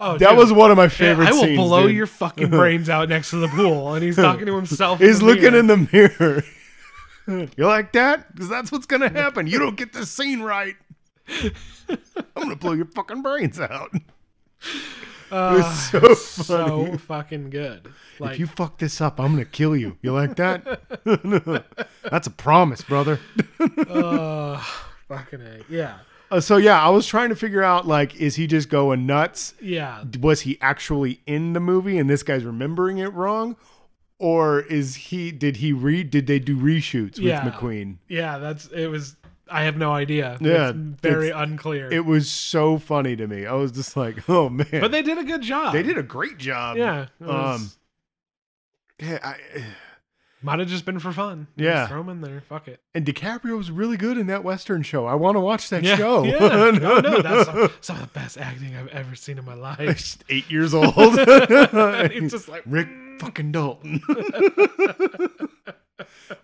Oh,
that
dude.
was one of my
Yeah,
favorite.
I will
scenes,
blow
dude.
your fucking brains out next to the pool, and he's talking to himself.
He's looking
mirror.
in the mirror. you like that? Because that's what's gonna happen. You don't get this scene right. I'm gonna blow your fucking brains out. it
Uh,
was so funny.
so fucking good. Like
if you fuck this up, I'm gonna kill you. You like that? that's a promise, brother.
uh, fucking a. Yeah.
Uh, so yeah, I was trying to figure out like, is he just going nuts?
Yeah.
Was he actually in the movie and this guy's remembering it wrong? Or is he did he re did they do reshoots with
Yeah.
McQueen?
Yeah, that's it was I have no idea.
Yeah,
It's very unclear.
It was so funny to me. I was just like, oh man.
but they did a good job.
they did a great job.
Yeah. it was-
Um yeah, I,
might have just been for fun.
Yeah.
Just throw 'em in there. Fuck it.
and DiCaprio was really good in that Western show. I want to watch that
Yeah.
show.
Yeah. No, no, that's some, some of the best acting I've ever seen in my life.
Just eight years old. it's
just like,
Rick fucking Dalton.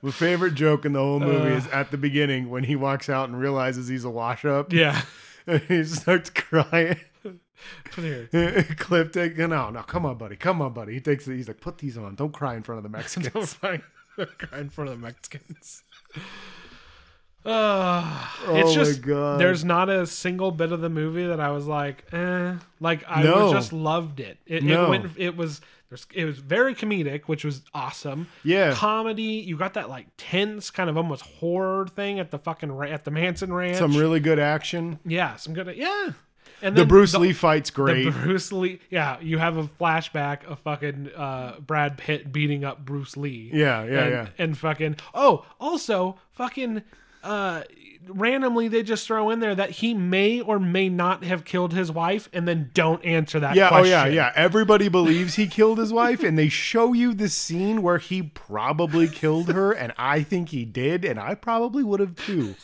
My favorite joke in the whole movie is at the beginning when he walks out and realizes he's a wash up.
Yeah.
he starts crying.
From here.
Cliff takes no, no, come on, buddy, come on, buddy. He takes it. He's like, put these on. Don't cry in front of the Mexicans.
Don't fucking cry in front of the Mexicans. Uh,
Oh my
it's just
God.
there's not a single bit of the movie that I was like, eh. Like I was-
No.
just loved it. It,
No.
it went. It was. there's- It was very comedic, which was awesome.
Yeah.
comedy. You got that like tense kind of almost horror thing at the fucking ra- at the Manson Ranch.
Some really good action.
yeah, some good. Yeah, and
The
then
Bruce Lee fight's great.
the Bruce Lee. Yeah, you have a flashback of fucking uh, Brad Pitt beating up Bruce Lee.
Yeah, yeah,
and,
yeah.
And fucking. Oh, also fucking. Uh, randomly they just throw in there that he may or may not have killed his wife, and then don't answer that.
yeah, oh
question.
yeah, yeah. Everybody believes he killed his wife, and they show you this scene where he probably killed her, and I think he did, and I probably would have too.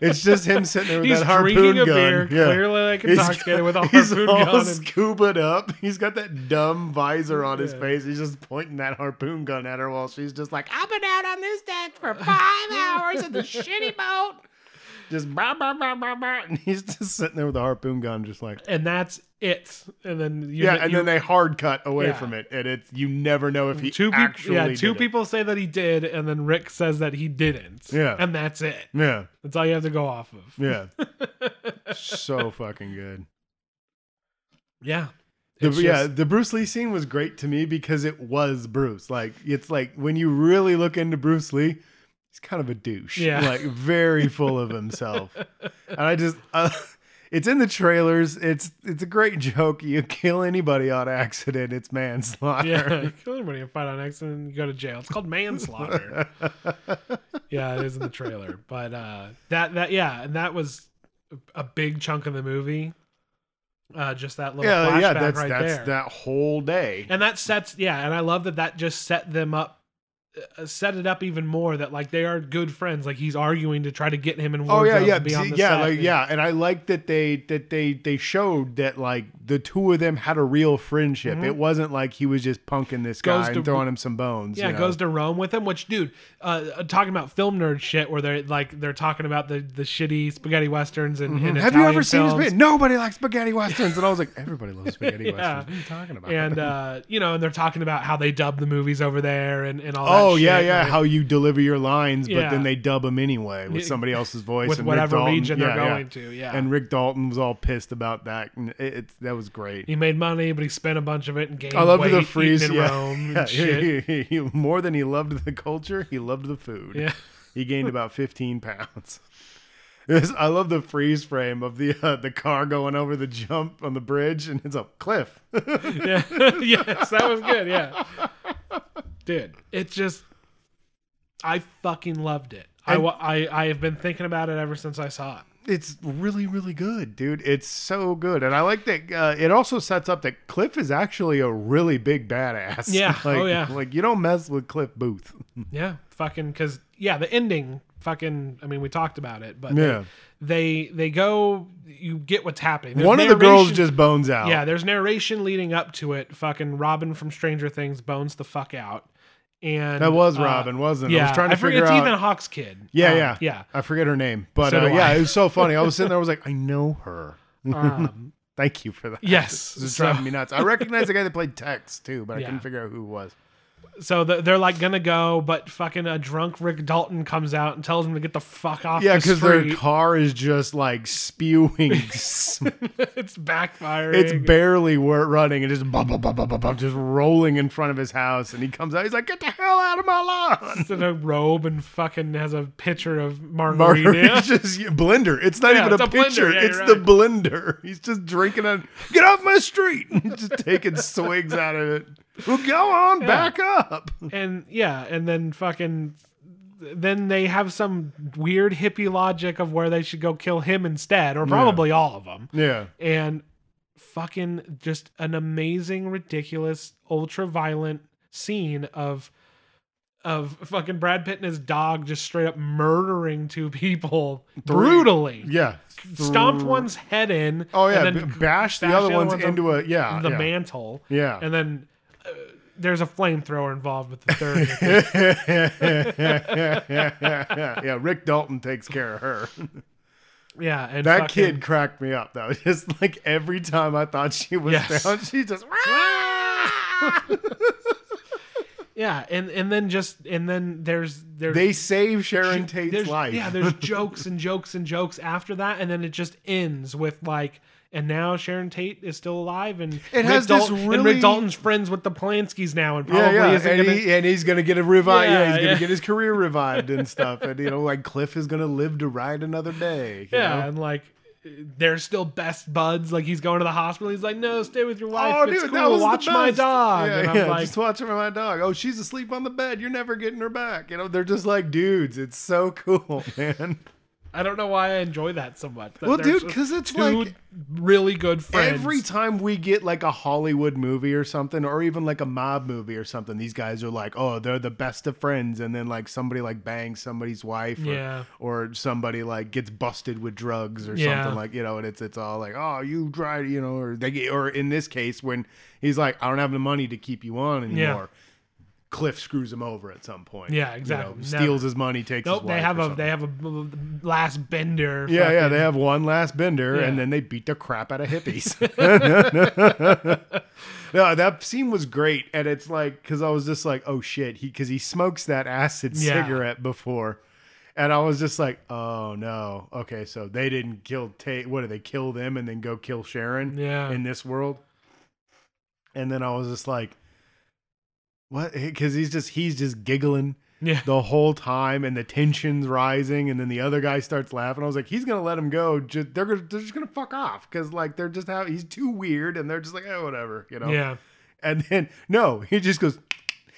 It's just him sitting there with
He's
that harpoon
drinking a
gun.
beer,
yeah.
clearly like
He's
intoxicated
got-
with a
he's
harpoon
all
gun and-
scubaed up. He's got that dumb visor on his
Yeah.
face. He's just pointing that harpoon gun at her while she's just like, "I've been out on this deck for five hours in the shitty boat." Just blah blah blah blah blah, and he's just sitting there with a harpoon gun, just like.
and that's it. And then you,
Yeah,
you,
and then they hard cut away
Yeah.
from it, and it's you never know if he
two people,
actually
yeah, two
did it.
people say that he did, and then Rick says that he didn't.
Yeah.
and that's it.
Yeah,
That's all you have to go off of.
yeah, so fucking good.
Yeah,
The,
It's
yeah,
just-
the Bruce Lee scene was great to me because it was Bruce. Like it's like when you really look into Bruce Lee, he's kind of a douche.
Yeah.
like very full of himself. and I just, uh, it's in the trailers. It's it's a great joke. You kill anybody on accident, it's manslaughter.
yeah. You kill anybody in fight on accident, you go to jail. It's called manslaughter. yeah, it is in the trailer, but uh, that that yeah, and that was a big chunk of the movie. Uh, just that little
yeah,
flashback
yeah. That's
right
that's
there.
that whole day.
and that sets yeah and i love that that just set them up uh, set it up even more that like they are good friends like he's arguing to try to get him in
Oh yeah,
wardrobe
yeah,
to be on the
yeah,
set.
like yeah, and I like that they that they they showed that like the two of them had a real friendship. It wasn't like he was just punking this
Mm-hmm. Goes
guy
to-
and throwing him some bones.
yeah,
you know?
goes to Rome with him. Which, dude, uh, uh, talking about film nerd shit, where they're like they're talking about the, the shitty spaghetti westerns and, and
Mm-hmm. Have you
Italian
ever seen
films.
his spaghetti? Nobody likes spaghetti westerns, and I was like, everybody loves spaghetti
Yeah.
westerns. What are you talking about?
And uh, you know, and they're talking about how they dub the movies over there and, and all.
oh
that
yeah,
shit,
yeah,
like,
how you deliver your lines,
Yeah.
but then they dub them anyway with
Yeah.
somebody else's voice
with
and
whatever
Rick Dalton.
region they're
Yeah, yeah.
going to. Yeah,
And Rick Dalton was all pissed about that, and it, it's that was great.
he made money, but he spent a bunch of it and gained
I loved
weight
the
eating
freeze.
in
yeah.
Rome.
Yeah,
And shit.
he- he- he- more than he loved the culture, he loved the food.
Yeah.
He gained about 15 pounds. This- I love the freeze frame of the uh, the car going over the jump on the bridge, and it's a cliff.
Yeah. yes, that was good. Yeah. Dude, it's just I fucking loved it. I, wa- I I have been thinking about it ever since I saw it.
it's really really good dude it's so good and i like that uh, it also sets up that cliff is actually a really big badass
Yeah.
like,
Oh, yeah.
like you don't mess with cliff booth
Yeah, fucking because yeah, the ending fucking. I mean, we talked about it, but
Yeah.
they, they they go. You get what's happening. There's
one of the girls
narration-
just bones out
yeah. There's narration leading up to it. Fucking Robin from Stranger Things bones the fuck out, and
that was
uh,
robin wasn't it
Yeah,
i was trying to
forget-
figure
it's
out
Ethan Hawke's kid.
yeah
Um,
yeah
yeah.
i forget her name but
So
uh,
do
yeah
I.
it was so funny i was sitting there i was like i know her
Um,
thank you for that
Yes,
this is
so-
driving me nuts i recognize the guy that played tex too but i
Yeah.
couldn't figure out who it was
so the, they're like gonna go, but fucking a drunk Rick Dalton comes out and tells them to get the fuck off.
yeah
because
because their car is just like spewing
it's backfiring.
It's barely wor- running and just bum, bum, bum, bum, bum, bum, just rolling in front of his house. And he comes out. He's like, "Get the hell out of my lawn!"
in a robe and fucking has a picture of margarita.
Margarita's just yeah, blender. It's not
Yeah,
even
it's
a,
a blender.
picture.
Yeah,
it's
you're
the
right.
blender. He's just drinking on. Get off my street! just taking swigs out of it. Well, go on, back up.
and yeah, and then fucking then they have some weird hippie logic of where they should go kill him instead, or probably all of them.
Yeah,
And fucking just an amazing, ridiculous, ultra violent scene of of fucking Brad Pitt and his dog just straight up murdering two people brutally.
yeah.
Stomped one's head in.
Oh yeah,
and then
b- bash the
bash
other ones into a yeah.
the
Uh, yeah.
mantle.
Yeah.
And then uh, there's a flamethrower involved with the third.
yeah, Rick Dalton takes care of her.
yeah. And
That
fucking-
kid cracked me up though. Just like every time I thought she was
Yes.
down, she just
Yeah. And, and then just, and then there's, there's,
they save Sharon Tate's
there's
life.
yeah, there's jokes and jokes and jokes after that. And then it just ends with like, and now Sharon Tate is still alive, and Rick
has this
Dalton- and
really-
Rick Dalton's friends with the Polanskis now, and
yeah,
probably
yeah.
isn't
And,
gonna.
he, and he's gonna get a revive. Yeah,
Yeah,
he's gonna
yeah.
get his career revived and stuff. And you know, like Cliff is gonna live to ride another day. you
yeah,
know?
and like they're still best buds. Like he's going to the hospital. He's like, no, stay with your wife.
Oh,
it's
dude,
cool.
that was the
Watch my
best.
dog.
Yeah,
and I'm
yeah,
like,
just watching my dog. Oh, she's asleep on the bed. You're never getting her back. You know, they're just like dudes. It's so cool, man.
I don't know why I enjoy that so much. that
Well,
there's
dude, 'cause it's
two
like-
really good friends.
Every time we get like a Hollywood movie or something, or even like a mob movie or something, these guys are like, oh, they're the best of friends. And then like somebody like bangs somebody's wife or,
Yeah.
or somebody like gets busted with drugs or
Yeah.
something like, you know, and it's, it's all like, oh, you tried, you know, or they get, or in this case, when he's like, I don't have the money to keep you on anymore.
Yeah.
Cliff screws him over at some point.
Yeah,
you know,
exactly.
steals his money, takes
nope,
his
they
wife
have
or
a
something.
they have a b- b- last bender.
Yeah, yeah,
fucking-
they have one last bender, and
Yeah.
then they beat the crap out of hippies. no, that scene was great, and it's like because I was just like, oh shit, he because he smokes that acid
Yeah.
cigarette before, and I was just like, oh no, okay, so they didn't kill Tate. What do they kill them and then go kill Sharon?
Yeah.
in this world, and then I was just like, what? Because he's just he's just giggling
yeah.
the whole time and the tensions rising and then the other guy starts laughing i was like he's gonna let him go just, they're, gonna, they're just gonna fuck off because like they're just having he's too weird and they're just like oh whatever you know
Yeah.
and then no he just goes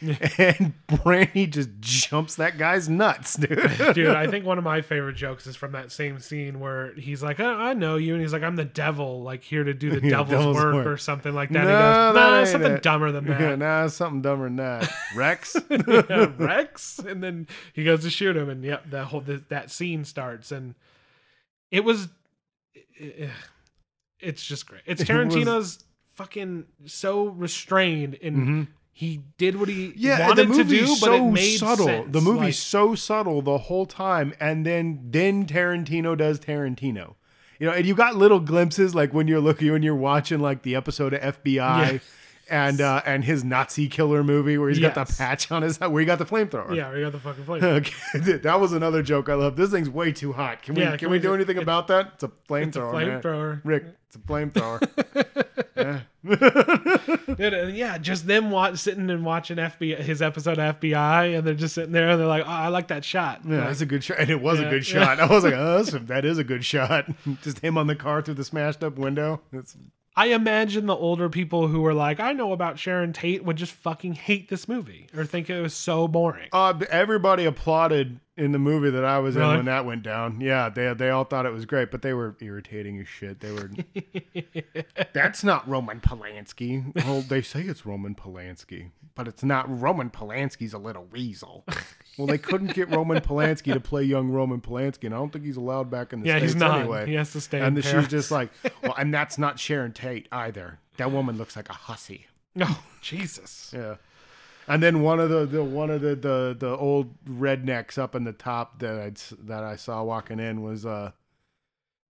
and brandy just jumps that guy's nuts dude
Dude, I think one of my favorite jokes is from that same scene where he's like, oh, I know you. And he's like, I'm the devil, like here to do the
Yeah,
devil's,
devil's
work,
work.
or something like that.
No,
he goes,
that
nah,
ain't
something
it."
dumber than that.
yeah, nah something dumber than that rex
yeah, Rex, and then he goes to shoot him, and yep, that whole th- that scene starts, and it was, eh, it's just great. It's
It was-
Tarantino's fucking so restrained, and he did what he
Mm-hmm. yeah and the
wanted to
movie's
do, but
so
it made
subtle
sense.
the movie's
Like,
so subtle the whole time and then then tarantino does tarantino you know and you got little glimpses like when you're looking when you're watching like the episode of fbi
Yeah.
and uh, and his Nazi killer movie where he's got the
Yes.
patch on his where he got the flamethrower.
Yeah, we got the fucking plane.
Okay, dude, that was another joke I love. This thing's way too hot. Can we
Yeah,
can, we, do anything about that? It's a flamethrower. man.
Flamethrower.
Rick, it's a flamethrower.
Dude, and yeah, just them watch, sitting and watching FBI, his episode of FBI, and they're just sitting there and they're like, oh, I like that shot.
Yeah, that's a good shot, and it was
Yeah,
a good
yeah.
shot. I was like, oh, that's, that is a good shot. Just him on the car through the smashed up window. It's
I imagine the older people who were like, I know about Sharon Tate would just fucking hate this movie or think it was so boring.
Uh, everybody applauded in the movie that I was
Really?
in when that went down. Yeah, they they all thought it was great, but they were irritating as shit. They were. That's not Roman Polanski. Well, they say it's Roman Polanski, but it's not. Roman Polanski's a little weasel. Well, they couldn't get Roman Polanski to play young Roman Polanski, and I don't think he's allowed back in the
yeah,
states
he's not.
anyway.
He has to stay.
and
in
the, she
Paris.
was just like, well, and that's not Sharon Tate either. That woman looks like a hussy.
oh, Jesus.
Yeah. And then one of the, the one of the, the the old rednecks up in the top that I would that I saw walking in was uh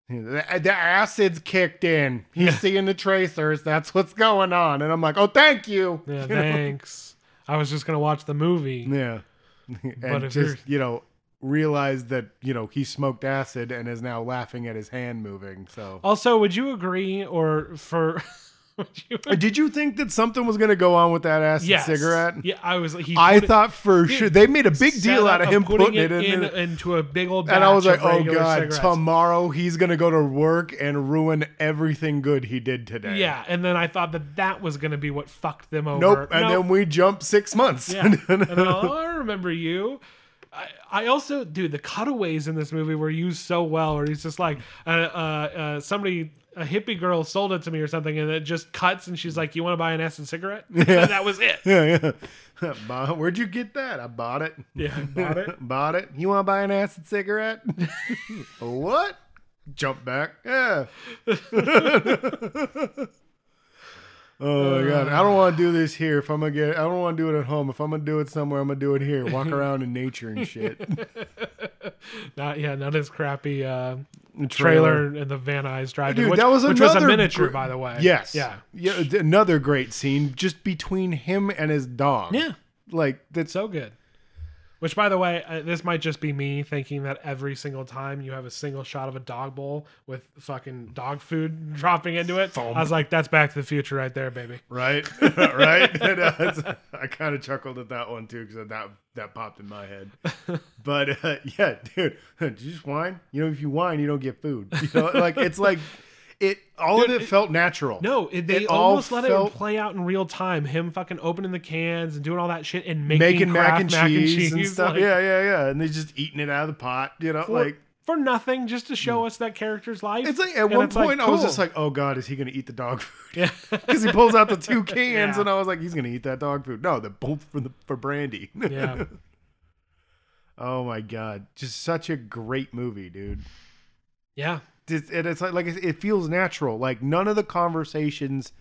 the, uh, the acid's kicked in. He's seeing the tracers. That's what's going on. And I'm like, oh, thank you.
Yeah,
You know?
thanks. I was just gonna watch the movie.
Yeah. and
But if you're-
just you know realize that you know he smoked acid and is now laughing at his hand moving. So
Also, would you agree or for would you
did you think that something was going to go on with that acid
Yes.
cigarette?
Yeah, I was like he
I
put it-
thought for sure they made a big
set
deal
up
out of him putting, it in, the-
into a big old.
And I was
batch
like,
of
oh
regular
God,
cigarettes."
tomorrow he's going to go to work and ruin everything good he did today.
Yeah, and then I thought that that was going to be what fucked them over.
Nope. And
No.
then we jump six months.
Yeah. and then, oh, I remember you. I, I also, dude, the cutaways in this movie were used so well. Where he's just like, uh, uh, uh, somebody, a hippie girl sold it to me or something, and it just cuts, and she's like, "You want to buy an acid cigarette?" And that was it.
yeah, yeah. Bo- Where'd you get that? I bought it.
Yeah, bought it.
Bought it. You want to buy an acid cigarette? what? Jump back. Yeah. oh my god. I don't want to do this here. If I'm gonna get, I don't want to do it at home. If I'm gonna do it somewhere, I'm gonna do it here. Walk around in nature and shit.
Not yeah, not as crappy. Uh,
Trailer.
trailer and the Van Nuys drive,
Dude,
which,
that was
which was a
another
miniature,
gr-
by the way.
Yes.
yeah,
Yeah. th- Another great scene just between him and his dog.
Yeah.
Like that's
so good. Which, by the way, uh, this might just be me thinking that every single time you have a single shot of a dog bowl with fucking dog food dropping into it, I was like, "That's Back to the Future right there, baby."
right, right. That's- uh, I kind of chuckled at that one too because that that popped in my head. But uh, yeah, dude, do you just whine? You know, if you whine, you don't get food. You know, like it's like it. All of it, felt natural.
No, it, they
It all
almost let
felt-
it play out in real time. Him fucking opening the cans and doing all that shit and making,
Making mac
Kraft
and, cheese and
cheese,
stuff.
like,
yeah, yeah, yeah. And they just eating it out of the pot. You know,
for,
like
for nothing, just to show us that character's life.
It's like at
And
one
it's
point I was
cool.
just like, "Oh God, is he gonna eat the dog food?"
Yeah.
Because he pulls out the two cans,
Yeah.
and I was like, "He's gonna eat that dog food." No, they're both for the for brandy.
yeah.
oh my God, just such a great movie, dude.
Yeah.
Just- And it's like, like I said, it feels natural. Like none of the conversations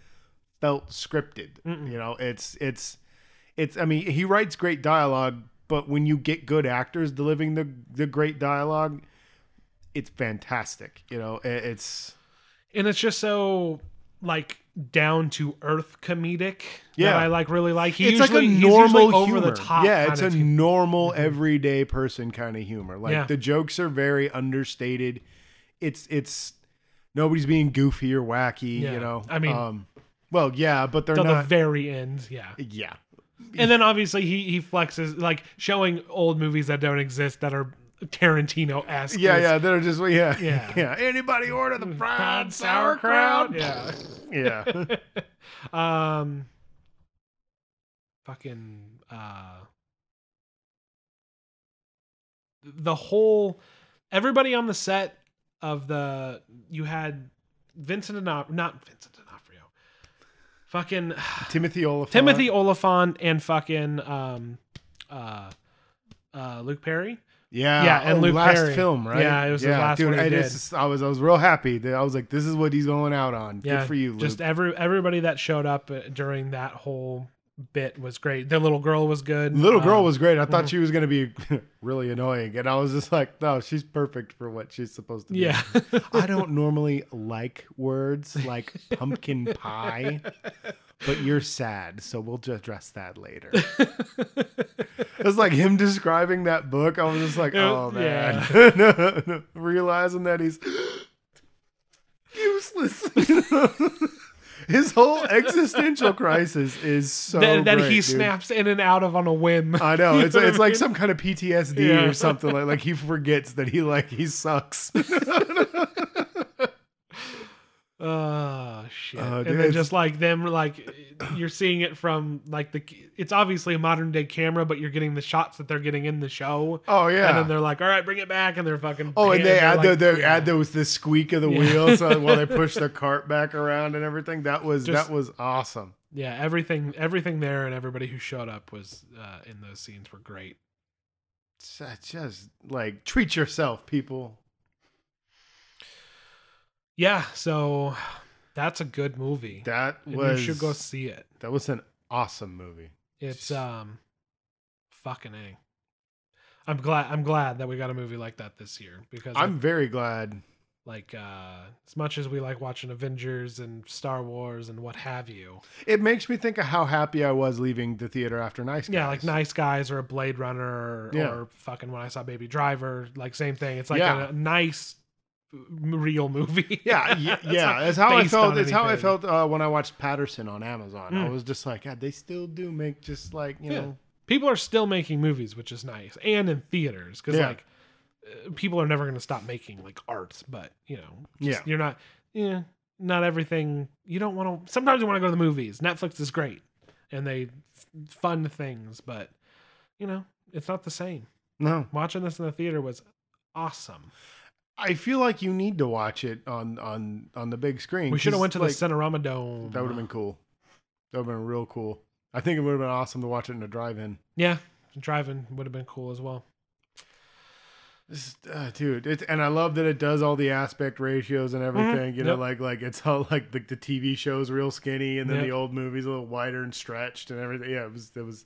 felt scripted. You know, it's it's it's. I mean, he writes great dialogue, but when you get good actors delivering the the great dialogue, it's fantastic. You know, it, it's.
and it's just so like down to earth comedic yeah.
Yeah.
that I like really like. He
it's
usually,
like a
he's usually
normal humor.
over the top.
yeah,
kind
it's a
of humor. Mm-hmm.
normal everyday person kind of humor. Like
Yeah.
the jokes are very understated. It's it's nobody's being goofy or wacky.
Yeah.
You know,
I mean-
um, well, yeah, but they're
till the
not.
very end. Yeah,
yeah,
and then obviously he he flexes like showing old movies that don't exist that are Tarantino esque.
yeah, yeah. They're just yeah,
Yeah. Mm,
yeah. Anybody order the fried
Fried
sauerkraut?
sauerkraut. Yeah.
yeah.
Um. Fucking. Uh. The whole, everybody on the set of the you had Vincent D'Onofrio, not Vincent D'Onofrio, fucking
Timothy Oliphant.
Timothy Oliphant and fucking um, uh, uh, Luke Perry.
Yeah, Oh,
Yeah, and Luke
last
Perry.
film, right?
Yeah, it was his last
dude,
one he
I,
did.
just- I was I was real happy. that I was like, this is what he's going out on.
Yeah,
Good for you, Luke.
Just every everybody that showed up uh, during that whole bit was great. The little girl was good.
Little girl
Um,
was great. I thought she was going to be really annoying. And I was just like, no, she's perfect for what she's supposed to be.
yeah.
I don't normally like words like pumpkin pie, but you're sad, so we'll just address that later. it's like him describing that book. I was just like, oh man, No, no, realizing that he's useless. His whole existential crisis is so
that, that
great,
he
dude.
snaps in and out of on a whim.
I know
You
it's
what I
it's like
mean?
some kind of PTSD
Yeah.
or something like like he forgets that he like he sucks.
Oh shit!
Oh, dude,
and then
it's-
just like them, like you're seeing it from like the. It's obviously a modern day camera, but you're getting the shots that they're getting in the show.
Oh yeah.
And then they're like, "All right, bring it back," and they're fucking.
Oh, and they
they're
add the,
like-
they add those the squeak of the
Yeah.
wheels uh, while they push the cart back around and everything. That was
Just-
that was awesome.
yeah, everything, everything there, and everybody who showed up was uh, in those scenes were great.
So Just like treat yourself, people.
Yeah, so that's a good movie.
That
And
was
you should go see it.
that was an awesome movie.
It's um, fucking a. I'm glad. I'm glad that we got a movie like that this year because I
I'm very glad.
like uh as much as we like watching avengers and star wars and what have you
It makes me think of how happy I was leaving the theater after Nice Guys.
yeah like nice guys or a blade runner or,
Yeah.
or fucking when i saw baby driver like same thing it's like
Yeah.
a nice m- real movie
Yeah, y- yeah,
It's
yeah.
not
That's how I
based
felt.
on
It's how I
anything.
felt uh, when I watched Patterson on Amazon. I
Mm.
was just like, God, they still do make just like you
Yeah.
know.
people are still making movies which is nice and in theaters because
Yeah.
like uh, people are never going to stop making like art but you know
Yeah.
you're not yeah not everything you don't want to sometimes you want to go to the movies netflix is great and they f- fund things but you know it's not the same
No,
watching this in the theater was awesome
I feel like you need to watch it on on on the big screen.
we should have
'cause,
went to
like,
the cinerama dome
That would have been cool. That would have been real cool. I think it would have been awesome to watch it in a drive-in.
yeah driving would have been cool as well
This, uh, dude, it's and I love that it does all the aspect ratios and everything. You know,
Mm-hmm. Yep.
like like it's all like the, the TV show's real skinny, and then
Yep.
the old movie's a little wider and stretched and everything. Yeah, it was it was.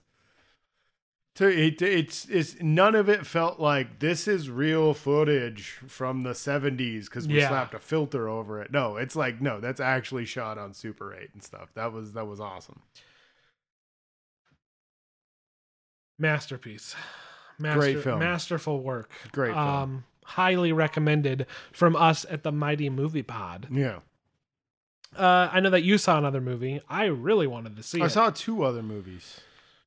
To it, it's it's none of it felt like this is real footage from the '70s because we
Yeah.
slapped a filter over it. No, it's like no, that's actually shot on Super 8 and stuff. That was that was awesome.
masterpiece Master,
Great film.
masterful work
Great film.
um highly recommended from us at the mighty movie pod
Yeah,
uh i know that you saw another movie i really wanted to see
I
it.
saw two other movies.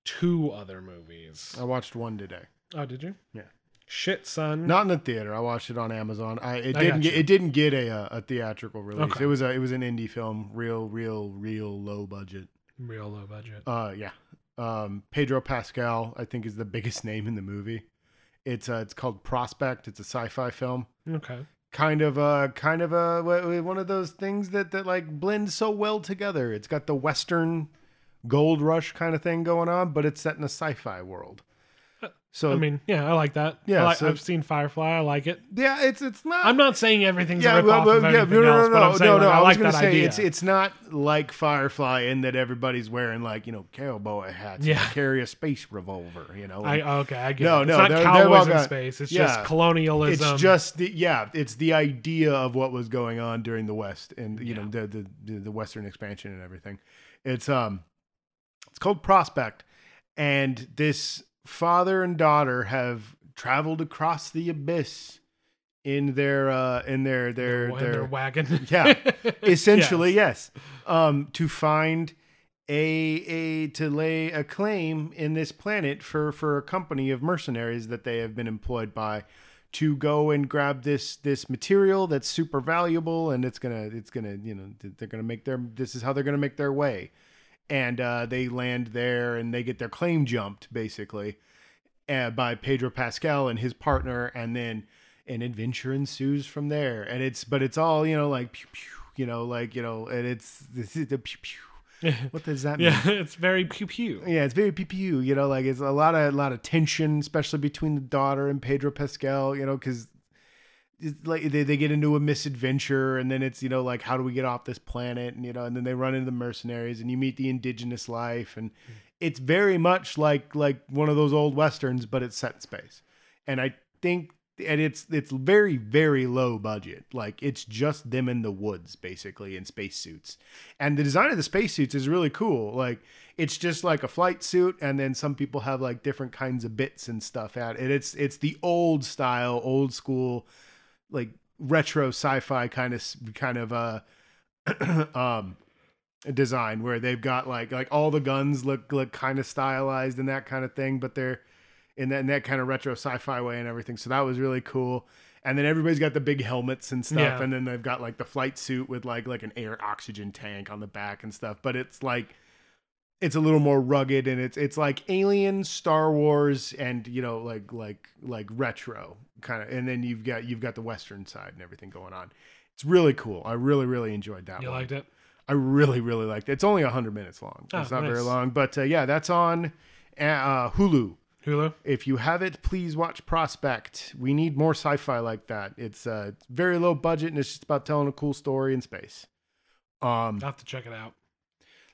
two other movies
I watched one today.
oh did you
Yeah.
shit son
Not in the theater. I watched it on Amazon. I it
Mm-hmm. I
didn't
got
get
you.
it didn't get a uh, a theatrical release.
Okay.
It was a it was an indie film, real real real low budget.
real low budget
Uh yeah. Um Pedro Pascal, I think is the biggest name in the movie. It's uh, it's called Prospect. It's a sci-fi film.
okay
Kind of uh kind of a one of those things that that like blend so well together. It's got the western gold rush kind of thing going on, but it's set in a sci-fi world. So
Uh, i mean yeah i like that
uh, Yeah,
I like,
so-
i've seen firefly i like it
yeah, it's it's not
i'm not saying everything's a rip off
well,
of
well,
anything else but i'm saying like, i
was
like
gonna
that idea
It's it's not like Firefly in that everybody's wearing like you know cowboy hats,
Yeah.
and carry a space revolver, you know.
I,
and
okay, I get
No,
it. It's
no,
not
they're- they're
cowboys
all
in
got-
space. It's
yeah.
just colonialism.
it's just the yeah, it's the idea of what was going on during the West and you know the, the the the Western expansion and everything. It's um, it's called Prospect, and this father and daughter have traveled across the abyss in their uh in their their
Well, in their wagon.
Yeah. essentially
Yes.
yes, um to find a a to lay a claim in this planet for for a company of mercenaries that they have been employed by to go and grab this this material that's super valuable and it's gonna it's gonna you know they're gonna make their this is how they're gonna make their way and uh, they land there and they get their claim jumped basically uh, by Pedro Pascal and his partner, and then an adventure ensues from there. And it's but it's all you know like pew pew, you know like you know, and it's this is the pew pew. What does that mean?
Yeah, it's very pew pew.
Yeah, it's very pew pew. You know, like it's a lot of lot of tension, especially between the daughter and Pedro Pascal. You know, because like they, they get into a misadventure, and then it's you know like how do we get off this planet? And you know, and then they run into the mercenaries, and you meet the indigenous life, and it's very much like like one of those old westerns, but it's set in space. And I think and it's it's very very low budget like it's just them in the woods basically in spacesuits and the design of the spacesuits is really cool like it's just like a flight suit and then some people have like different kinds of bits and stuff out and it's it's the old style old school like retro sci-fi kind of kind of uh um design where they've got like like all the guns look look kind of stylized and that kind of thing but they're in that, in that kind of retro sci-fi way and everything. So that was really cool. And then everybody's got the big helmets and stuff,
Yeah.
and then they've got like the flight suit with like like an air oxygen tank on the back and stuff. But it's like it's a little more rugged and it's it's like Alien, Star Wars, and you know like like like retro kind of. And then you've got you've got the Western side and everything going on. It's really cool. I really really enjoyed that
You
one.
liked it?
I really, really liked it. It's only 100 minutes long.
Oh,
it's not very
nice.
long. But uh, yeah, that's on uh, Hulu.
Hulu?
If you have it, please watch Prospect. We need more sci-fi like that. It's uh, it's very low budget and it's just about telling a cool story in space. Um,
I'll have to check it out.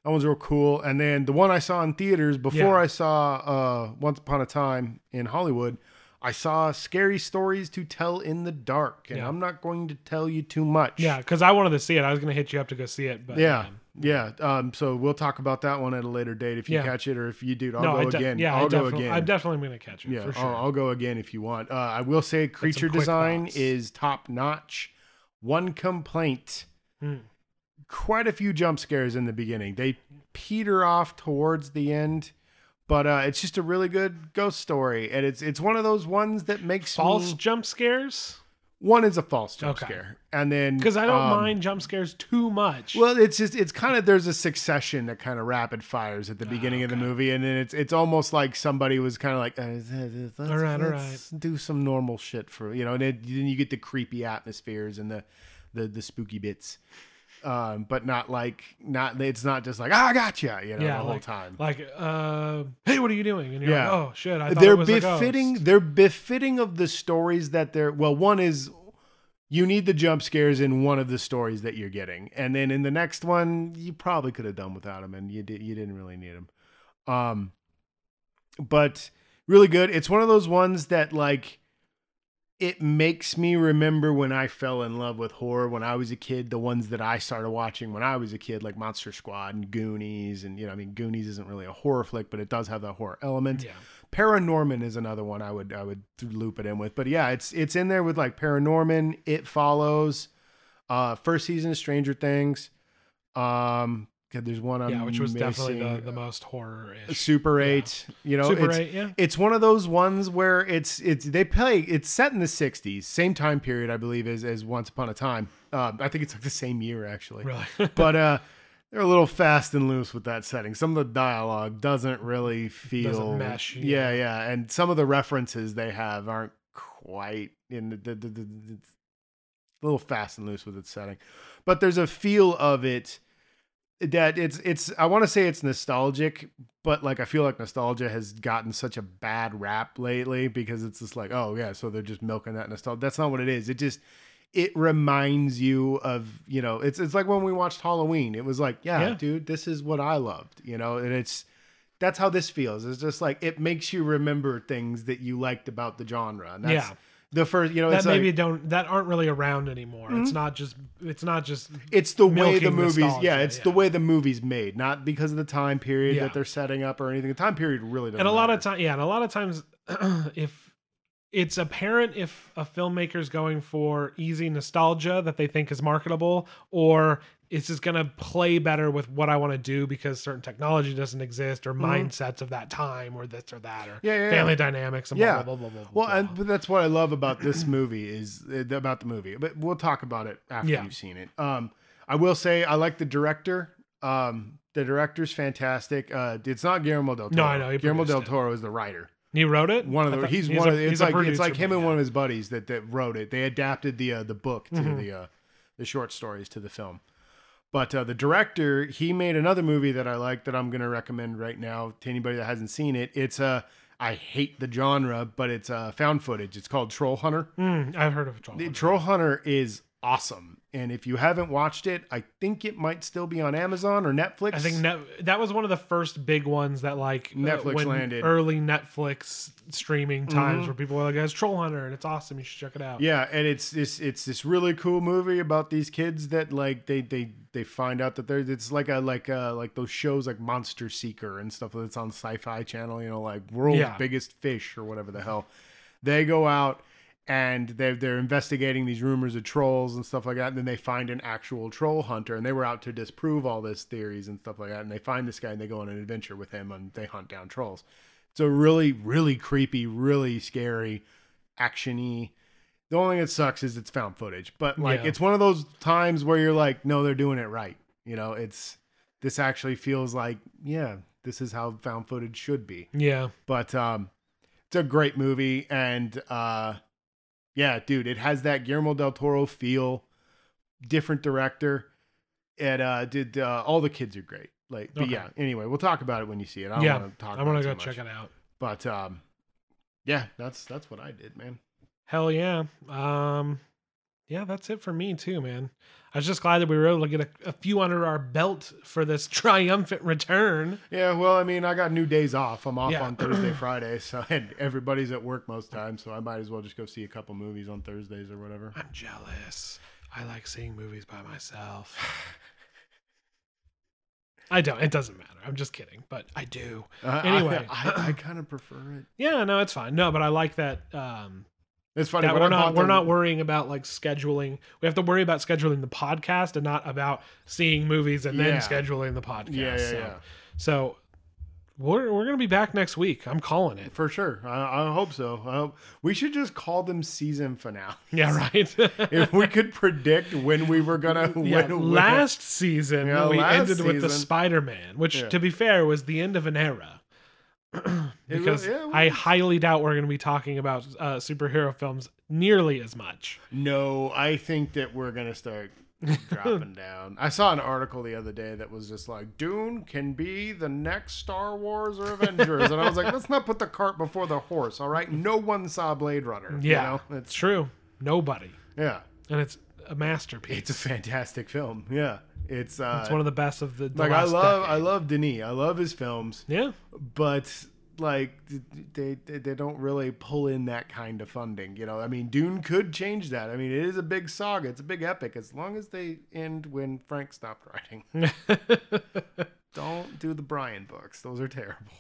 that one's real cool. And then the one I saw in theaters before
Yeah.
I saw uh, Once Upon a Time in Hollywood, I saw Scary Stories to Tell in the Dark, and
Yeah.
I'm not going to tell you too much.
Yeah, because I wanted to see it. I was going to hit you up to go see it. But
Yeah.
um,
Yeah. Um, so we'll talk about that one at a later date if you
Yeah.
catch it or if you do. I'll
no, I
go
de-
again.
Yeah,
I'll
I
go
definitely-
again.
I'm definitely going to catch it
Yeah,
for sure.
I'll, I'll go again if you want. Uh, I will say creature
quick
design
thoughts.
is top notch. One complaint:
Hmm.
Mm. quite a few jump scares in the beginning. They peter off towards the end, but uh, it's just a really good ghost story, and it's it's one of those ones that makes
False
me-
jump scares?
one is a false jump
Okay.
scare, and then
Because I don't
um,
mind jump scares too much.
Well, it's just it's kind of there's a succession that kind of rapid fires
Ah,
at the beginning of the movie, and then it's it's almost like somebody was kind of like, uh, z- z- let's,
All right, all
let's do some normal shit for you know, and it, then you get the creepy atmospheres and the the the spooky bits, um, but not like not it's not just like ah, I gotcha, you know,
yeah,
the whole
like,
time.
Like, uh, hey, what are you doing? And you're
Yeah.
like, oh shit, I thought
they're
it was a ghost.
befitting they're befitting of the stories that they're well one is you need the jump scares in one of the stories that you're getting and then in the next one you probably could have done without them and you did you didn't really need them um but really good it's one of those ones that like it makes me remember when I fell in love with horror when I was a kid, the ones that I started watching when I was a kid, like Monster Squad and Goonies. And, you know, I mean, Goonies isn't really a horror flick, but it does have that horror element.
Yeah.
Paranorman is another one I would I would loop it in with. But yeah, it's it's in there with like Paranorman, It Follows, uh first season of Stranger Things. Um God, there's one I'm
yeah, which was definitely the,
missing.
the most horror-ish.
Super 8, you know,
Super
it's,
8, yeah.
it's one of those ones where it's it's they play it's set in the 60s, same time period I believe as as Once Upon a Time. Um, I think it's like the same year actually
Really?
but uh they're a little fast and loose with that setting. Some of the dialogue doesn't really feel
mesh,
Yeah, yeah, and some of the references they have aren't quite in the, the, the, the, the it's a little fast and loose with its setting. But there's a feel of it that it's it's I want to say it's nostalgic, but like I feel like nostalgia has gotten such a bad rap lately because it's just like, oh yeah, so they're just milking that nostalgia. That's not what it is. It just it reminds you of, you know, it's it's like when we watched Halloween. It was like, yeah,
Yeah.
dude, this is what I loved, you know, and it's that's how this feels. It's just like it makes you remember things that you liked about the genre. And that's
Yeah.
the first, you know,
that
it's
maybe
like, Mm-hmm.
don't that aren't really around anymore. It's not just it's not just
it's the way the
milking
movies yeah
nostalgia,
it's the
yeah.
way the movies made not because of the time period
Yeah.
that they're setting up or anything the time period really doesn't
and a lot of
matter.
time yeah, and a lot of times if it's apparent if a filmmaker's going for easy nostalgia that they think is marketable or it's just going to play better with what I want to do because certain technology doesn't exist or mindsets of that time or this or that or
Mm-hmm. Yeah, yeah, yeah.
family dynamics and
Yeah.
yeah. blah, blah, blah, blah,
well
blah.
and but that's what i love about this movie is uh, about the movie but we'll talk about it after
Yeah.
you've seen it um i will say i like the director um the director's fantastic uh it's not guillermo del toro
No, I know, he
guillermo del
produced it.
toro is the writer
he wrote it?
one of
I
the
thought-
he's, one
a-
of the, it's
a
like it's
producer,
like him
but yeah.
and
Mm-hmm.
one of his buddies that that wrote it. They adapted the uh, the book to the uh, the short stories to the film. But uh, the director, he made another movie that I like that I'm going to recommend right now to anybody that hasn't seen it. It's uh, I hate the genre, but it's uh, found footage. It's called Troll Hunter.
Mm, I've heard of Troll.
The Troll Hunter is awesome. And if you haven't watched it, I think it might still be on Amazon or Netflix.
I think net, that was one of the first big ones that like uh,
Netflix
when
landed. Mm-hmm.
early Netflix streaming times where people were like, "Guys, Troll Hunter, and it's awesome. You should check it out."
Yeah, and it's this it's this really cool movie about these kids that like they they they find out that they're it's like a like uh like those shows like Monster Seeker and stuff that's on Sci-Fi Channel, you know, like World's
Yeah.
Biggest Fish or whatever the hell. They go out and they they're investigating these rumors of trolls and stuff like that, and then they find an actual troll hunter, and they were out to disprove all these theories and stuff like that, and they find this guy and they go on an adventure with him and they hunt down trolls. It's a really, really creepy, really scary, actiony. The only thing that sucks is it's found footage, but like
Yeah.
it's one of those times where you're like, no, they're doing it right. You know, it's this actually feels like, yeah, this is how found footage should be.
Yeah,
But um, it's a great movie, and uh, yeah, dude, it has that Guillermo del Toro feel. Different director. It uh, did uh, all the kids are great. Like, but
Okay.
yeah. Anyway, we'll talk about it when you see it. I don't
Yeah,
want to talk.
I want to go check it out.
But um, yeah, that's that's what I did, man.
Hell yeah. Um, yeah, that's it for me too, man. I was just glad that we were able to get a, a few under our belt for this triumphant return.
Yeah, well, I mean, I got new days off. I'm off
Yeah.
on Thursday, Friday, so and everybody's at work most times, so I might as well just go see a couple movies on Thursdays or whatever.
I'm jealous. I like seeing movies by myself. I don't. It doesn't matter. I'm just kidding, but I do.
Uh,
Anyway.
I, I, I kind of prefer it.
Yeah, no, it's fine. No, but I like that. Um,
It's funny.
that
when
we're
I
not
bought
we're
the-
not worrying about like scheduling. We have to worry about scheduling the podcast and not about seeing movies and
Yeah.
then scheduling the podcast.
Yeah, yeah,
so.
yeah.
So we're we're gonna be back next week. I'm calling it.
For sure. I, I hope so. I hope we should just call them season finale.
Yeah, right.
if we could predict when we were gonna
yeah,
when, when-
last season
Yeah,
we
last
ended with the
season.
Spider-Man, which
Yeah.
to be fair was the end of an era.
It was-
because
yeah, it
I
was.
highly doubt we're going to be talking about uh, superhero films nearly as much.
No, I think that we're gonna start dropping down. I saw an article the other day that was just like Dune can be the next Star Wars or Avengers, and I was like, let's not put the cart before the horse. All right, no one saw Blade Runner. you
Yeah,
know?
it's
it's
true. Nobody,
yeah,
and it's a masterpiece.
it's a fantastic film. Yeah, it's uh,
It's one of the best of the, the
like I
last
love
decade.
I love Denis. I love his films.
yeah
but like they, they they don't really pull in that kind of funding you know i mean dune could change that i mean it is a big saga it's a big epic as long as they end when frank stopped writing don't do the brian books those are terrible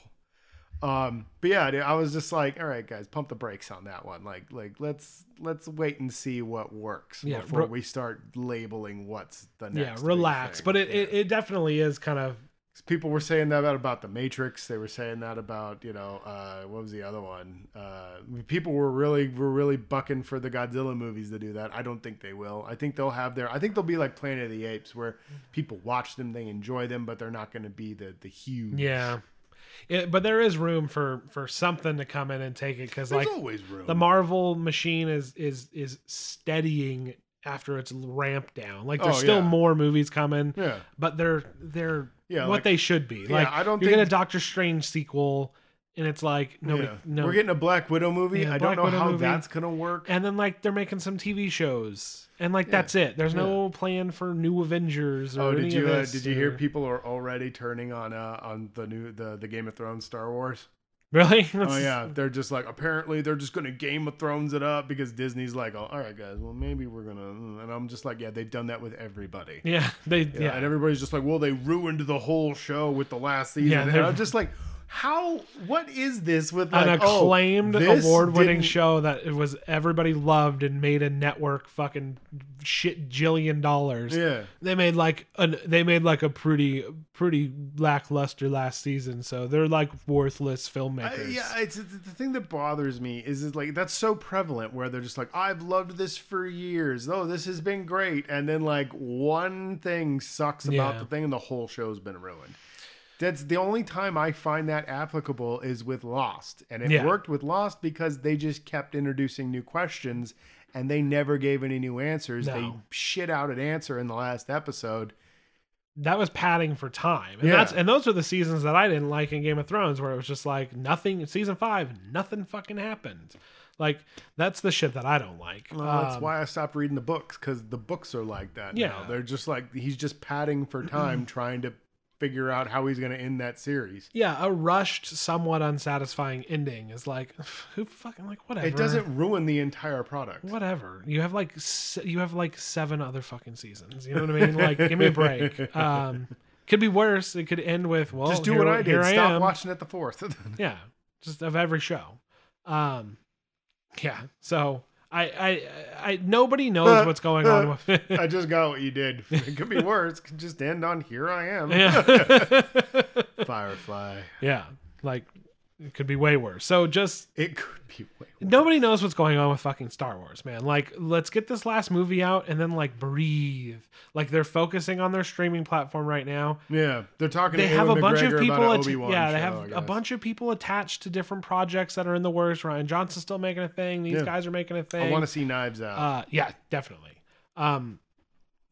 um but yeah dude, i was just like all right guys pump the brakes on that one like like let's let's wait and see what works
Yeah,
before
re-
we start labeling what's the next
yeah
big
relax
thing.
but it,
Yeah.
it, it definitely is kind of
'Cause people were saying that about the Matrix. They were saying that about you know uh, what was the other one? Uh, people were really were really bucking for the Godzilla movies to do that. I don't think they will. I think they'll have their. I think they'll be like Planet of the Apes, where people watch them, they enjoy them, but they're not going to be the the huge.
yeah it, but there is room for for something to come in and take it because
There's
like
always room.
the marvel machine is is is steadying after its ramp down like there's
Oh,
still
yeah.
more movies coming
yeah,
but they're they're
Yeah,
what
like-
they should be
Yeah,
like
I don't
you're
think-
gonna doctor strange sequel and it's like nobody
yeah.
no
We're getting a Black Widow movie.
Yeah,
I don't
Black
know
Widow
how
movie.
that's going to work.
and then like they're making some TV shows, and like that's it. There's no plan for new Avengers or
Oh,
any
did you
of
uh,
this,
did you hear
or-
people are already turning on uh, on the new the the Game of Thrones Star Wars?
Really?
Oh yeah, they're just like apparently they're just gonna Game of Thrones it up because Disney's like, oh, all right guys, well maybe we're gonna, mm," and I'm just like, yeah, they've done that with everybody.
yeah. They
You know,
yeah.
and everybody's just like, well, they ruined the whole show with the last season.
Yeah,
and
they're-
I'm just like, how? What is this with
an
like, oh,
acclaimed
this
award-winning
didn't-
show that it was everybody loved and made a network fucking shit jillion dollars.
Yeah,
They made like an they made like a pretty pretty lackluster last season, so they're like worthless
I-
filmmakers.
yeah. It's it's- the thing that bothers me is is like that's so prevalent where they're just like, I've loved this for years. Oh, this has been great, and then like one thing sucks about
Yeah.
the thing, and the whole show's been ruined. That's the only time I find that applicable is with Lost. And it
Yeah.
worked with Lost because they just kept introducing new questions and they never gave any new answers. They
No.
shit out an answer in the last episode.
that was padding for time. And
Yeah.
that's and those are the seasons that I didn't like in Game of Thrones where it was just like nothing season 5 nothing fucking happened. Like that's the shit that I don't like.
Well, Oh, that's why I stopped reading the books because the books are like that. Yeah,
Um, Yeah.
they're just like he's just padding for time, trying to figure out how he's going to end that series.
Yeah, a rushed, somewhat unsatisfying ending is like, who fucking like whatever.
It doesn't ruin the entire product.
Whatever. You have like se- you have like seven other fucking seasons. You know what I mean? Like, give me a break. Um, could be worse. It could end with well,
Just do
here-
what I did.
here
Stop
am.
watching at the fourth.
Yeah, just of every show. Um, yeah. So I I I nobody knows what's going on with it.
I just got what you did. It could be worse. It could just end on here I am.
Yeah.
Firefly.
yeah. Like it could be way worse. So just
It could be way worse.
nobody knows what's going on with fucking Star Wars, man. Like, let's get this last movie out and then like breathe. Like they're focusing on their streaming platform right now.
Yeah, they're talking.
They
to
have
Ewan
a bunch
McGregor
of people.
About
At-
an Obi-Wan
yeah, they
show,
have
I
a
guess.
bunch of people attached to different projects that are in the works. Ryan Johnson's still making a thing. These
Yeah.
guys are making a thing.
I want to see Knives Out.
Uh, yeah, definitely. Um,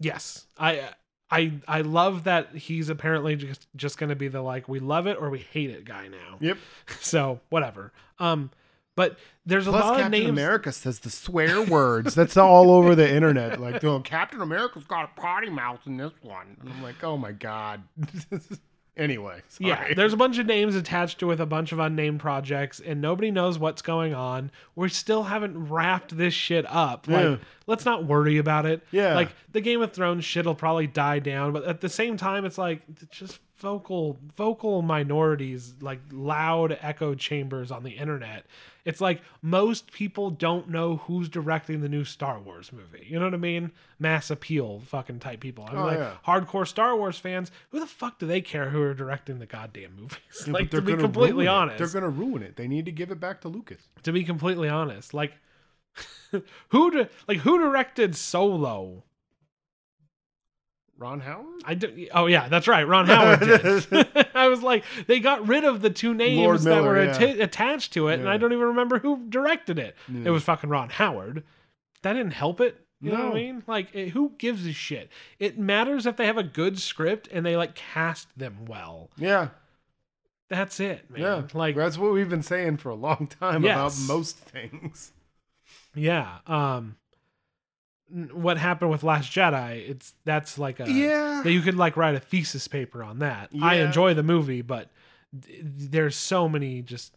yes, I, I, I love that he's apparently just just going to be the like we love it or we hate it guy now.
yep.
So whatever. Um, but there's a
Plus,
lot
Captain
of names.
America says the swear words. That's all over the internet. Like, oh, Captain America's got a potty mouth in this one, and I'm like, oh my god. anyway, sorry.
Yeah, there's a bunch of names attached to with a bunch of unnamed projects, and nobody knows what's going on. We still haven't wrapped this shit up. Like,
Yeah.
let's not worry about it.
Yeah.
like the Game of Thrones shit'll probably die down, but at the same time, it's like it's just vocal vocal minorities, like loud echo chambers on the internet. It's like most people don't know who's directing the new Star Wars movie. You know what I mean? Mass appeal, fucking type people. I mean,
Oh,
like
yeah.
hardcore Star Wars fans. Who the fuck do they care who are directing the goddamn movies?
Yeah, but
like
they're
to be
gonna ruin
completely
it.
honest,
they're gonna ruin it. They need to give it back to Lucas.
to be completely honest, like who di- like who directed Solo?
Ron Howard,
I do, oh yeah, that's right. Ron Howard did. I was like, they got rid of the two names
Lord
that
Miller,
were
yeah.
atta- attached to it, and
Yeah. Mm.
I don't even remember who directed it. It was fucking Ron Howard. That didn't help it. You know what
No.
I mean? Like, it, who gives a shit? It matters if they have a good script and they like cast them well.
yeah,
That's it, man.
yeah.
Like,
that's what we've been saying for a long time
Yes.
about most things.
yeah. Um, n- what happened with Last Jedi? It's that's like a
yeah,
that you could like write a thesis paper on that. I
Yeah.
enjoy the movie, but d- there's so many just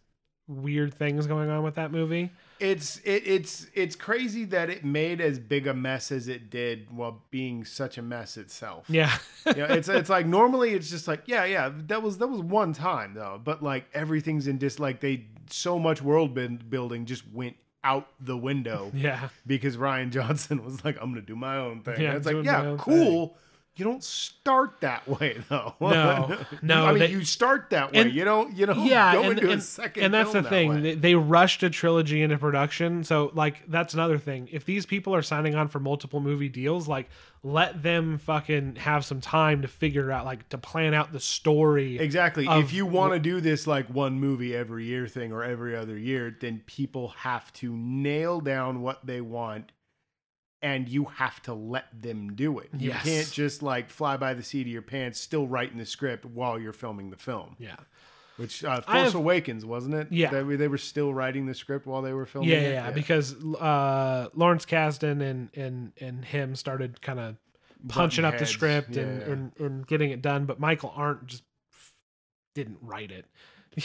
weird things going on with that movie.
it's it, it's it's crazy that it made as big a mess as it did while being such a mess itself.
Yeah.
you know, it's it's like normally it's just like yeah yeah that was that was one time though, but like everything's in dis like they so much world bin- building just went out the window
yeah.
because Ryan Johnson was like I'm gonna do my own thing.
Yeah,
And it's like
doing my
yeah
own
cool. You don't start that way though.
No, no,
I mean
they-
you start that way.
and-
you don't you don't
yeah,
go
and,
into Oh, a
and,
second.
and that's
film
the thing.
that way.
They, they rushed a trilogy into production, so like that's another thing. If these people are signing on for multiple movie deals, like let them fucking have some time to figure out, like to plan out the story.
Exactly.
of
if you want to do this like one movie every year thing or every other year, then people have to nail down what they want and you have to let them do it. You
Yes.
can't just like fly by the seat of your pants, still writing the script while you're filming the film,
Yeah.
which uh,
I
Force
have-
Awakens, wasn't it?
Yeah.
They, were- they were still writing the script while they were filming
yeah,
it?
yeah, yeah, because uh, Lawrence Kasdan and and and him started kind of punching up the
heads.
script and,
Yeah.
and and getting it done, but Michael Arndt just didn't write it.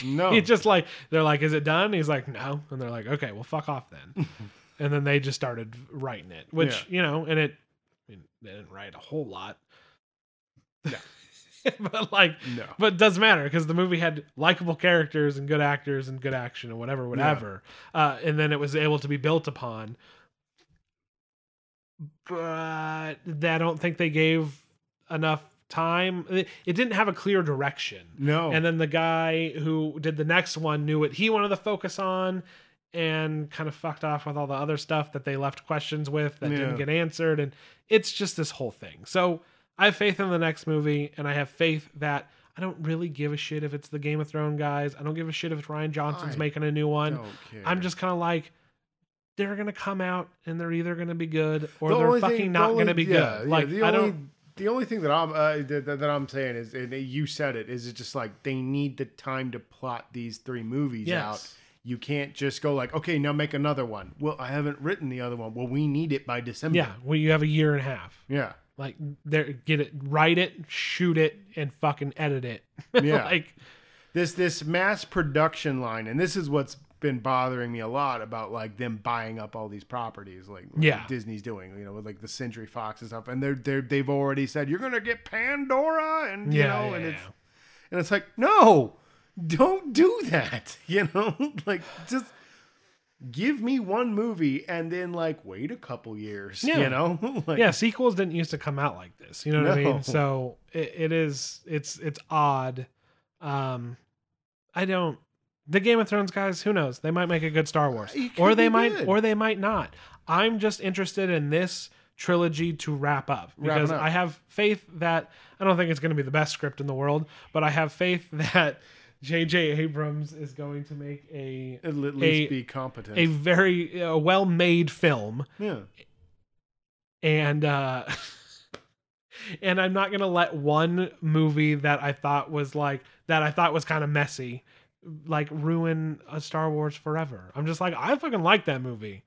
No.
He just like they're like, "Is it done?" He's like, "No," and they're like, "Okay, well, fuck off then." and then they just started writing it, which you know, and it I mean, they didn't write a whole lot,
No.
but like
no.
but it doesn't matter because the movie had likable characters and good actors and good action and whatever, whatever. Uh, and then it was able to be built upon. But th- I don't think they gave enough time. It it didn't have a clear direction.
No.
And then the guy who did the next one knew what he wanted to focus on and kind of fucked off with all the other stuff that they left questions with that
Yeah.
didn't get answered. And it's just this whole thing. So I have faith in the next movie, and I have faith that I don't really give a shit if it's the Game of Thrones guys. I don't give a shit if it's Ryan Johnson's
I
making a new one.
Don't care.
I'm just kind of like, they're gonna come out and they're either gonna be good or
The
they're
only
fucking
thing- the
not
only-
gonna be
yeah,
good.
yeah,
Like
the
I
only,
don't.
The only thing that I'm uh, that, that that I'm saying is, and you said it, is it's just like they need the time to plot these three movies
Yes.
out. You can't just go like, okay, now make another one. Well, I haven't written the other one. Well, we need it by December.
Yeah, well, you have a year and a half.
Yeah.
Like, there, get it, write it, shoot it, and fucking edit it.
Yeah.
like,
This this mass production line, and this is what's been bothering me a lot about like them buying up all these properties, like like
Yeah.
Disney's doing, you know, with like the Century Fox and stuff. And they're they're they've already said you're gonna get Pandora, and you
Yeah,
know,
yeah,
and it's
yeah.
and it's like no, don't do that, you know, like just. Give me one movie and then like wait a couple years,
Yeah.
you know. like,
yeah, sequels didn't used to come out like this. You know what I
No.
mean? So it, it is it's it's odd. Um I don't the Game of Thrones guys, who knows? They might make a good Star Wars.
Uh, It could
Or they
be
might
good.
or they might not. I'm just interested in this trilogy to wrap up
Wrap it
because
up.
I have faith that I don't think it's going to be the best script in the world, but I have faith that JJ Abrams is going to make a
at least
A-
be competent.
a very uh, well-made film
yeah,
and uh and i'm not gonna let one movie that i thought was like that i thought was kind of messy like ruin a star wars forever i'm just like i fucking like that movie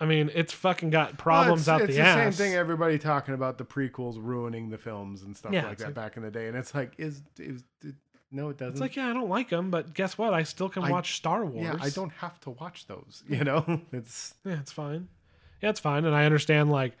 i mean it's fucking got problems
Well,
out
it's,
the
it's the
ass
same thing everybody talking about the prequels ruining the films and stuff
Yeah,
like
it's
that
like-
back in the day and it's like is, is it, no it doesn't
it's like yeah i don't like them but guess what i still can
I-
watch star wars
yeah i don't have to watch those you know it's
yeah it's fine yeah it's fine and i understand like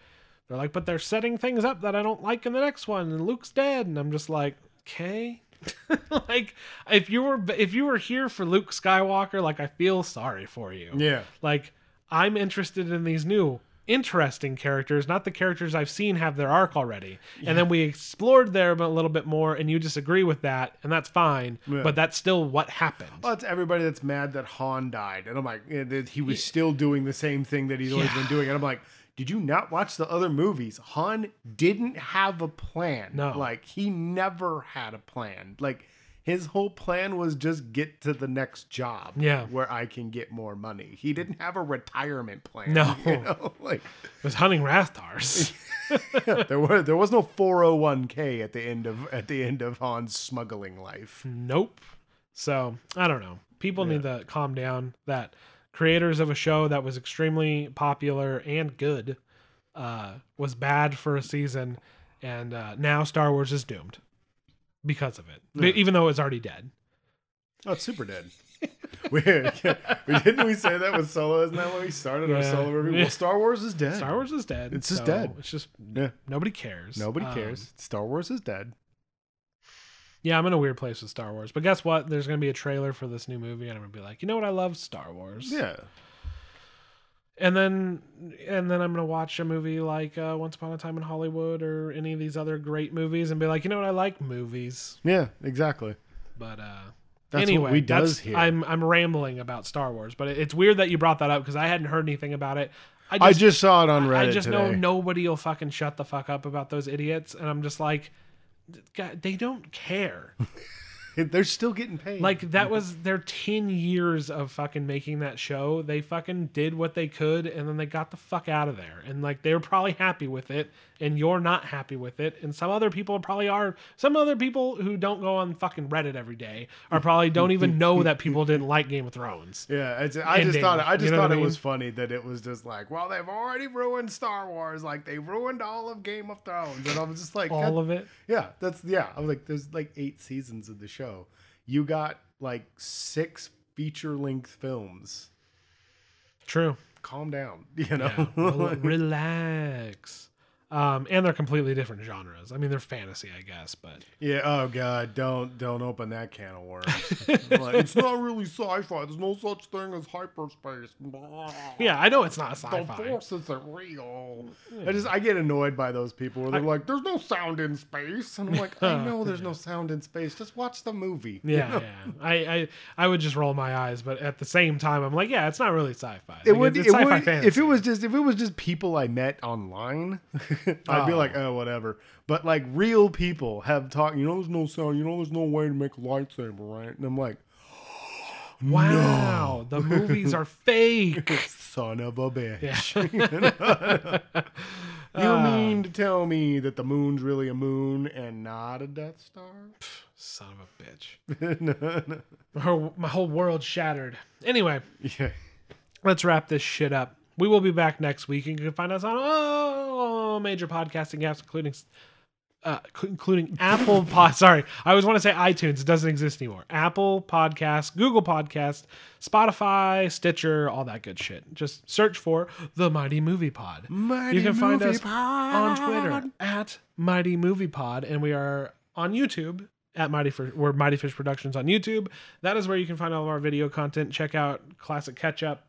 they're like but they're setting things up that i don't like in the next one and luke's dead and i'm just like okay like if you were if you were here for luke skywalker like i feel sorry for you
yeah
like i'm interested in these new interesting characters not the characters i've seen have their arc already and then we explored there a little bit more and you disagree with that and that's fine
Yeah. Uh,
but that's still what happened
well, it's everybody that's mad that Han died, and I'm like, eh, that he was still doing the same thing that he's always been doing, and I'm like, did you not watch the other movies? Han didn't have a plan.
No.
like he never had a plan. Like his whole plan was just get to the next job.
Yeah.
where I can get more money. He didn't have a retirement plan.
No.
you know? like
it was hunting Rathtars.
there were there was no 401k at the end of at the end of Han's smuggling life.
Nope. So I don't know. People need to calm down. That creators of a show that was extremely popular and good uh, was bad for a season, and uh, now Star Wars is doomed because of it. Even though it's already dead.
Oh, it's super dead. we, we didn't we say that with Solo? Isn't that when we started our
Yeah.
Solo review?
Yeah.
Well, Star Wars is dead.
Star Wars is dead.
It's just
so
dead.
It's just
yeah,
nobody cares.
nobody
Um,
cares. Star Wars is dead.
Yeah, I'm in a weird place with Star Wars, but guess what? There's gonna be a trailer for this new movie, and I'm gonna be like, you know what? I love Star Wars.
Yeah,
and then and then I'm gonna watch a movie like uh, Once Upon a Time in Hollywood or any of these other great movies and be like, you know what, I like movies.
yeah, exactly.
But uh,
That's
anyway,
what we
that's-
does here.
I'm I'm rambling about Star Wars, but it- it's weird that you brought that up because I hadn't heard anything about it. I
I
just,
just saw it on
I
Reddit
just know
today.
nobody will fucking shut the fuck up about those idiots, and I'm just like, God, they don't care.
They're still getting paid.
Like that was their 10 years of fucking making that show. They fucking did what they could and then they got the fuck out of there. And like they were probably happy with it and you're not happy with it and some other people probably are. Some other people who don't go on fucking Reddit every day are probably don't even know that people didn't like Game of Thrones.
Yeah, it's, I just
ending,
thought I
you
just
know what
thought
I
it was
mean?
funny that it was just like, well, they've already ruined Star Wars, like they ruined all of Game of Thrones, and I was just like,
All
God-
of it.
yeah, that's yeah. I was like, there's like eight seasons of the show. You got like six feature length films.
True.
Calm down, you
Yeah.
know.
Rel- Relax. Um, and they're completely different genres. I mean, they're fantasy, I guess, but
Yeah. Oh God, don't don't open that can of worms. Like, it's not really sci-fi. There's no such thing as hyperspace.
yeah, I know it's not
The
sci-fi.
force isn't real. I just I get annoyed by those people where they're like, "There's no sound in space," and I'm like, "I know there's no sound in space. Just watch the movie." You
Yeah,
know?
yeah. I, I I would just roll my eyes, but at the same time, I'm like, yeah, it's not really sci-fi. Like,
It would,
it's
it
sci-fi
would if it was just if it was just people I met online, I'd be
Oh.
like, oh whatever. But like real people have talked. You know, there's no sound. You know, there's no way to make a lightsaber, right? And I'm like,
wow, the movies are fake.
son of a bitch.
Yeah. Um,
you mean to tell me that the moon's really a moon and not a Death Star?
Son of a bitch.
no, no.
Her, my whole world shattered. Anyway,
Yeah.
let's wrap this shit up. We will be back next week, and you can find us on all major podcasting apps, including uh, cl- including Apple Pod. Sorry, I always want to say iTunes. It doesn't exist anymore. Apple Podcast, Google Podcast, Spotify, Stitcher, all that good shit. Just search for the Mighty Movie Pod.
Mighty
you can find
Movie
us on Twitter at Mighty Movie Pod, and we are on YouTube at Mighty Fish. We're Mighty Fish Productions on YouTube. That is where you can find all of our video content. Check out Classic Catch Up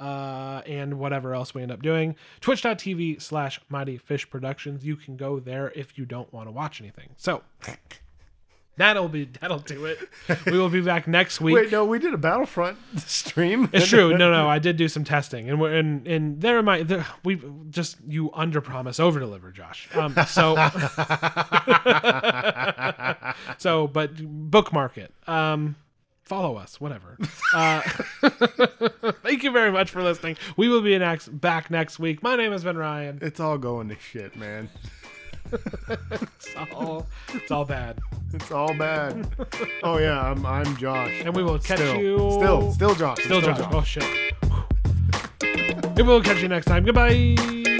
uh, and whatever else we end up doing. Twitch.tv slash Mighty Fish Productions. You can go there if you don't want to watch anything. So that'll be that'll do it. We will be back next week.
Wait, no, we did a Battlefront stream.
It's true. No, no, I did do some testing, and we're and and there might there, we just you underpromise, overdeliver, Josh. Um, so so, but bookmark it. Um, follow us, whatever. Uh, thank you very much for listening. We will be next back next week. My name has been Ryan.
it's all going to shit, man.
It's all it's all bad,
It's all bad. oh yeah, I'm I'm Josh.
and we will catch
still,
you
still, still Josh.
still, Josh. Oh shit. we will catch you next time. Goodbye.